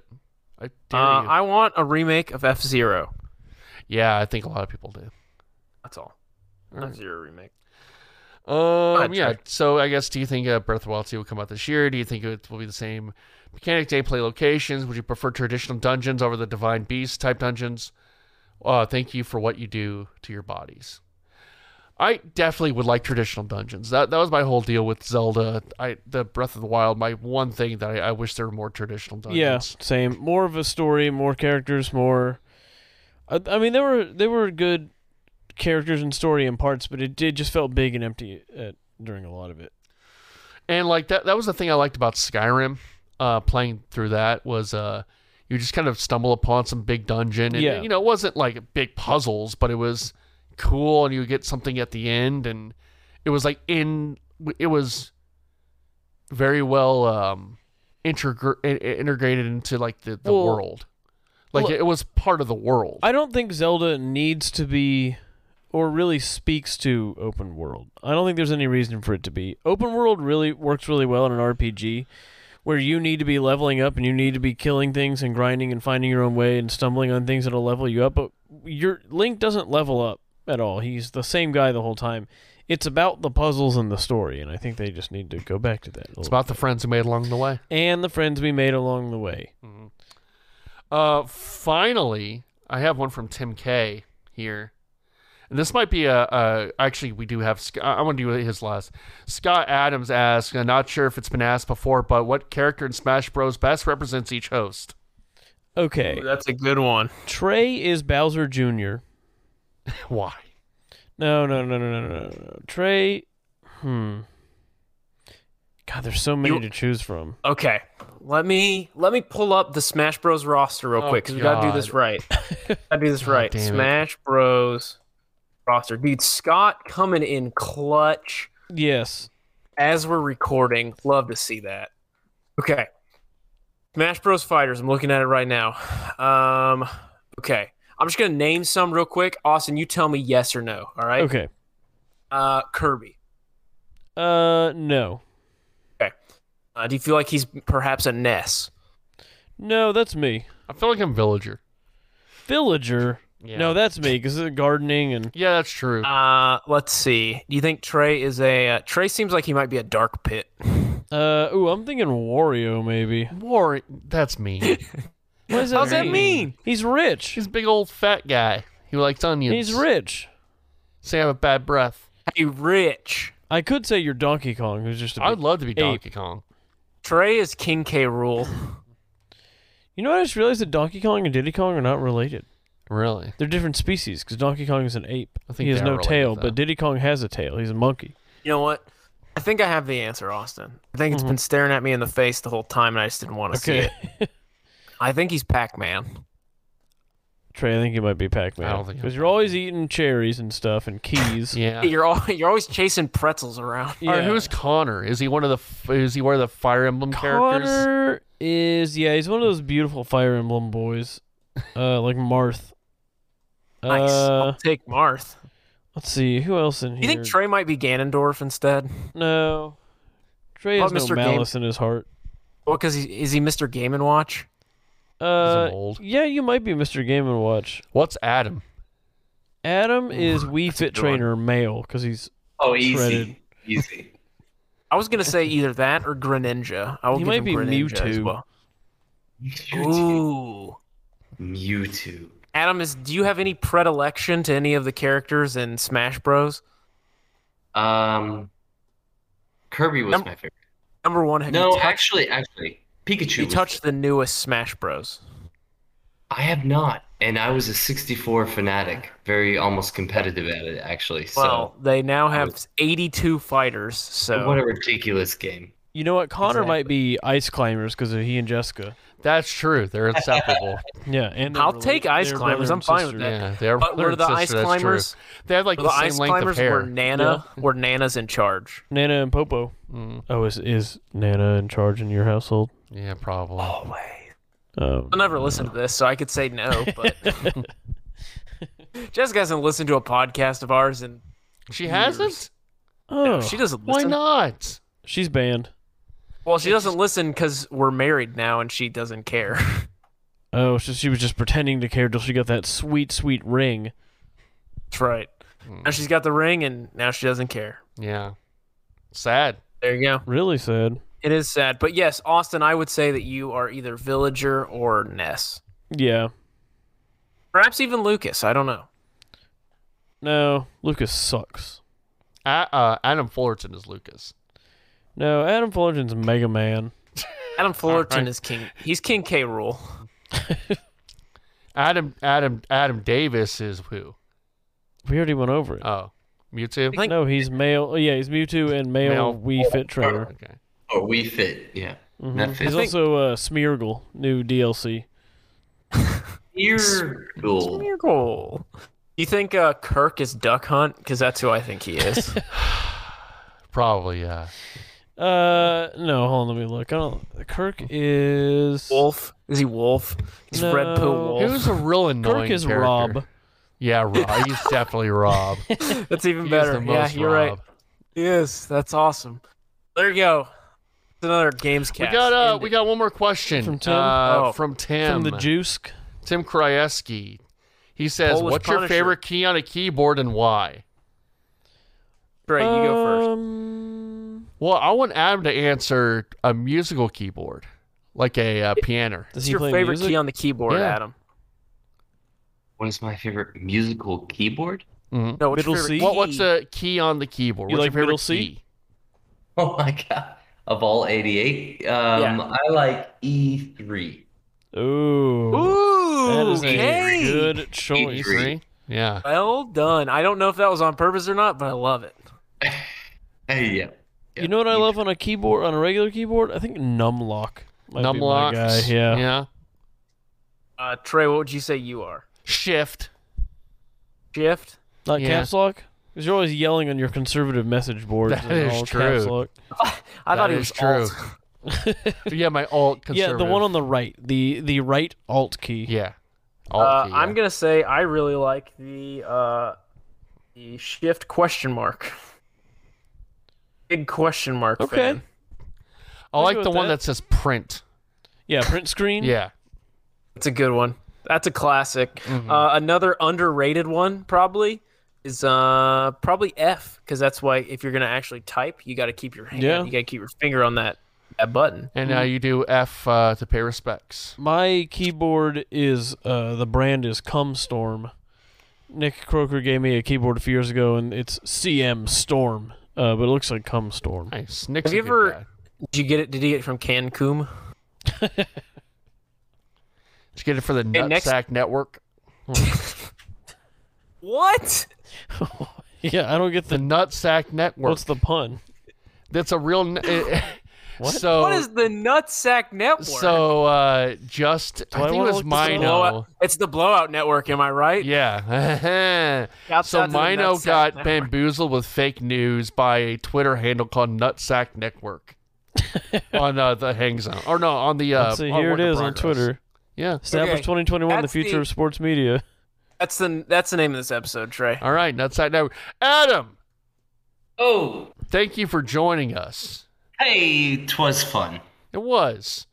I Uh, dare you. I want a remake of F Zero. yeah, I think a lot of people do. That's all. F Zero remake. Um, ahead, yeah. Trey. So I guess, do you think uh, Breath of the Wild 2 will come out this year? Do you think it will be the same mechanic, day play locations? Would you prefer traditional dungeons over the Divine Beast type dungeons? Uh, thank you for what you do to your bodies. I definitely would like traditional dungeons. That that was my whole deal with Zelda. I the Breath of the Wild. My one thing that I, I wish there were more traditional dungeons. Yeah, same. More of a story, more characters, more. I, I mean, there were there were good characters and story in parts, but it did just felt big and empty at, during a lot of it. And like that that was the thing I liked about Skyrim, uh playing through that was uh you just kind of stumble upon some big dungeon and Yeah. you know it wasn't like big puzzles, but it was cool and you would get something at the end and it was like in it was very well um integr- i- i- integrated into like the, the Well, world. Like look- it was part of the world. I don't think Zelda needs to be or really speaks to open world. I don't think there's any reason for it to be. Open world really works really well in an RPG where you need to be leveling up and you need to be killing things and grinding and finding your own way and stumbling on things that'll level you up. But your Link doesn't level up at all. He's the same guy the whole time. It's about the puzzles and the story, and I think they just need to go back to that. a It's little- about the friends we made along the way. and the friends we made along the way. Uh, finally, I have one from Tim K here, and this might be a. a actually, we do have. Sc- I- I'm gonna do his last. Scott Adams asks, "I'm not sure if it's been asked before, but what character in Smash Bros. best represents each host?" Okay, That's a good one. Trey is Bowser Jr. Why? No, no, no, no, no, no, no, no. Trey. Hmm. God, there's so many You- to choose from. Okay, let me let me pull up the Smash Bros roster real Oh, quick because we gotta do this God. right. gotta do this right. damn it. Smash Bros roster, dude. Scott coming in clutch Yes. as we're recording. Love to see that. Okay, Smash Bros fighters. I'm looking at it right now. Um, okay, I'm just gonna name some real quick. Austin, you tell me yes or no. All right. Okay. Uh, Kirby. Uh, no. Uh, do you feel like he's perhaps a Ness? No, that's me. I feel like I'm Villager. Villager. Yeah. No, that's me because of gardening and Yeah, that's true. Uh, let's see. Do you think Trey is a uh, Trey? Seems like he might be a dark pit. uh. Ooh, I'm thinking Wario maybe. War. That's me. What does that How's that mean? He's rich. He's a big old fat guy. He likes onions. He's rich. Say I have a bad breath. Hey, Rich. I could say you're Donkey Kong, who's just a big I'd love to be ape. Donkey Kong. Trey is King K. Rule. You know, what? I just realized that Donkey Kong and Diddy Kong are not related. Really? They're different species because Donkey Kong is an ape. I think he has they are no related, tail, though. but Diddy Kong has a tail. He's a monkey. You know what? I think I have the answer, Austin. I think it's been staring at me in the face the whole time, and I just didn't want to see Mm-hmm. Okay. it. I think he's Pac-Man. Trey, I think you might be Pac-Man. I don't think I'm because you're always eating cherries and stuff and keys. Yeah. You're all, you're always chasing pretzels around. Uh. yeah. All right, who's Connor? Is he one of the? f- Is he one of the Fire Emblem characters? Connor? Is yeah, he's one of those beautiful Fire Emblem boys, uh, like Marth. Nice. I'll Uh, take Marth. let's see who else in here. You think Trey might be Ganondorf instead? No, Trey How has about no Mr. Game? malice in his heart. Well, because he, is he Mr. Game and Watch? Uh, old. yeah, you might be Mr. Game and Watch. What's Adam? Adam is Wii Fit good one. Trainer male because he's Oh, easy, Shredded. easy. I was gonna say either that or Greninja. I will He give might him be Greninja as Mewtwo. well. Mewtwo. Ooh. Mewtwo. Adam, is do you have any predilection to any of the characters in Smash Bros? Um, Kirby was Num- my favorite. Number one, have No, you touched, actually, actually, Pikachu. you was- touched the newest Smash Bros? I have not, and I was a 64 fanatic, very almost competitive at it, actually. So Well, they now have was- 82 fighters, so what a ridiculous game. you know what Connor might be Ice Climbers because of he and Jessica. That's true. They're inseparable. Yeah, and they're I'll related- take Ice they're Climbers, brother I'm and fine with sister. that. yeah, they're. But they're were the sister, ice that's true. climbers- They have like the, the, Ice same length of Climbers hair. were Nana, were Nana's in charge. Nana and Popo. Mm, Oh, is is Nana in charge in your household? yeah, probably. Oh, Um, I'll never listen to this, so I could say no, but Jessica hasn't listened to a podcast of ours, and she hasn't. oh, she doesn't Why listen. not? she's banned. Well, she doesn't listen because we're married now, and she doesn't care. Oh, so she was just pretending to care till she got that sweet, sweet ring. That's right. Hmm. Now she's got the ring, and now she doesn't care. Yeah. Sad. There you go. Really sad. It is sad, but yes, Austin, I would say that you are either Villager or Ness, Yeah. perhaps even Lucas. I don't know. No, Lucas sucks. A- uh, Adam Fullerton is Lucas. No, Adam Fullerton's Mega Man. Adam Fullerton Alright. is king. He's King K. Rule. Adam Adam Adam Davis is who? We already went over it. Oh, Mewtwo. think- no, he's male. Oh, yeah, he's Mewtwo and male, Male. Wii Fit Trainer. Okay. Or Oh, We Fit, yeah. That He's fits. also uh, Smeargle, new DLC. Ear ghoul. Miracle. You think uh, Kirk is Duck Hunt? Because that's who I think he is. Probably. Yeah. Uh, no, hold on, let me look. I don't. Kirk is wolf? Is he Wolf? He's Red Poo No. It Wolf. was a real annoying. Kirk is character. Rob. Yeah, Rob. He's definitely Rob. He's That's even the better. Yeah, most you're right. Rob. Yes, that's awesome. There you go. another games cast. We got uh, End we it. got one more question From Tim? Uh, Oh. from From Tim. the Juisk. Tim Krajewski. He says, Polish "What's your Punisher." favorite key on a keyboard and why?" Dre, you uh, go first. Um, Well, I want Adam to answer a musical keyboard, like a uh, piano. does What's he your play favorite music? key on the keyboard, Yeah. Adam? What is my favorite musical keyboard? Mhm. No, what's Middle your favorite C? What, what's key? a key on the keyboard? You what's like your favorite middle C? key? Oh my God. Of all 88, um, Yeah. I like E E3. Ooh. Ooh, That is okay. a good choice. E3. Three? Yeah. Well done. I don't know if that was on purpose or not, but I love it. Hey, yeah. You know what I E3. love on a keyboard, on a regular keyboard? I think numlock. Might be my Numlocks. guy, Yeah. Yeah. Uh, Trey, what would you say you are? Shift. Shift? Not Yeah. caps lock? Because you're always yelling on your conservative message boards. That and is all Caps true. lock. I thought That it is true. was alt. yeah, my alt Yeah, conservative. the one on the right, the the right alt key. Yeah. Alt Uh, key, yeah. I'm gonna say I really like the uh, the shift question mark. Big question mark. Okay. fan. I I'll like go the with one that. that says print. Yeah, print screen. Yeah. It's a good one. That's a classic. Mm-hmm. Uh, another underrated one probably is uh probably F because that's why if you're gonna actually type, you got to keep your hand, Yeah. you got to keep your finger on that that button. And Mm-hmm. uh, you do F uh, to pay respects. My keyboard is uh, the brand is Cumstorm. Nick Croker gave me a keyboard a few years ago, and it's CM Storm, uh, but it looks like Cumstorm. Nice. Nick's Have you a good ever- guy. Did you get it? Did you get it from Cancun? Did you get it for the Nutsack next- Network? What? yeah, I don't get The the. Nutsack Network. What's the pun? That's a real. n- eh, eh. What? So, What is the Nutsack Network? so uh, just I I think it wanna was look this up? Mino. Blowout- It's the blowout network, am I right? Yeah. Shouts so out to the Mino Nutsack got Network. bamboozled with fake news by a Twitter handle called Nutsack Network on uh, the Hang Zone, or no, on the uh, Let's see, on here Work it in is on Progress. Twitter. Yeah. Established Okay, 2021, the that's future the- of sports media. That's the that's the name of this episode, Trey. All right, Nutsack Network. Adam, Oh, thank you for joining us. hey, twas fun. It was.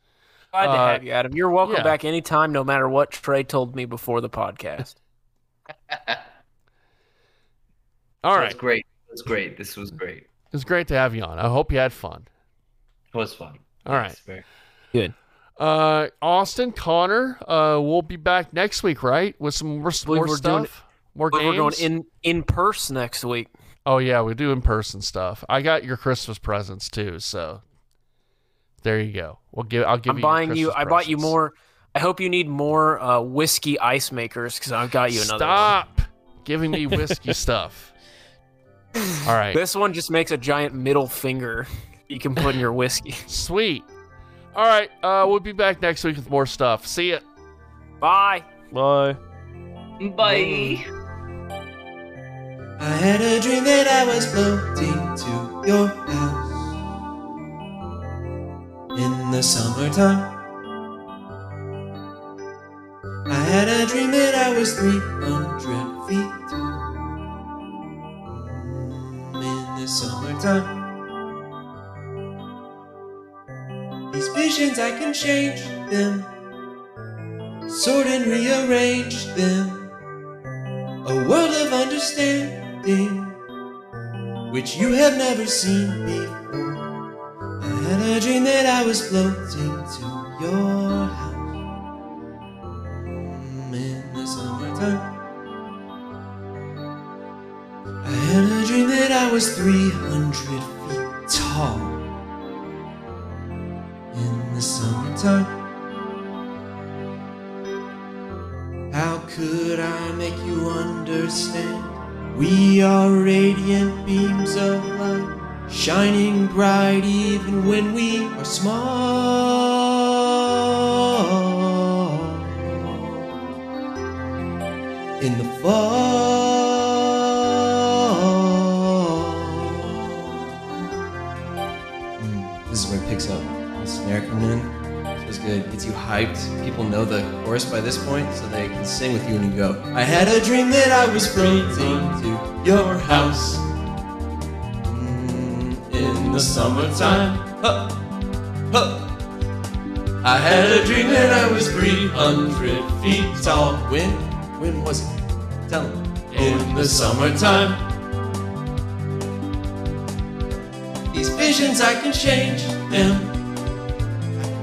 Glad to Uh, have you, Adam. You're welcome yeah. back anytime, no matter what Trey told me before the podcast. All That's right. great. That's great. This was great. It was great to have you on. I hope you had fun. It was fun. All right. Very- Good. Uh, Austin, Connor, uh, we'll be back next week, right? With some more, believe more we're stuff, doing- more But games. We're going in in purse next week. Oh yeah, we do in person stuff. I got your Christmas presents too, so there you go. We'll give. I'll give I'm you. your buying you. Christmas I bought you presents. more. I hope you need more uh, whiskey ice makers because I've got you another Stop giving me whiskey stuff. All right, one. This one just makes a giant middle finger you can put in your whiskey. sweet. All right, uh, we'll be back next week with more stuff. See ya. Bye. Bye. Bye. I had a dream that I was floating to your house in the summertime. I had a dream that I was 300 feet tall Mm, in the summertime. These visions, I can change them, sort and rearrange them a world of understanding which you have never seen before. I had a dream that I was floating to your house Mm, in the summertime. I had a dream that I was 300 feet tall in the summertime. How could I make you understand? We are radiant beams of light, shining bright even when we are small. In the fall. Mm, this is where it picks up. The snare coming in was good. Gets you hyped. People know the chorus by this point, so they can sing with you and you go. I had a dream that I was floating to your house Mm, in the summertime. Huh. Huh. I had a dream that I was 300 feet tall. When? When was it? Tell me. In the summertime. These visions, I can change them,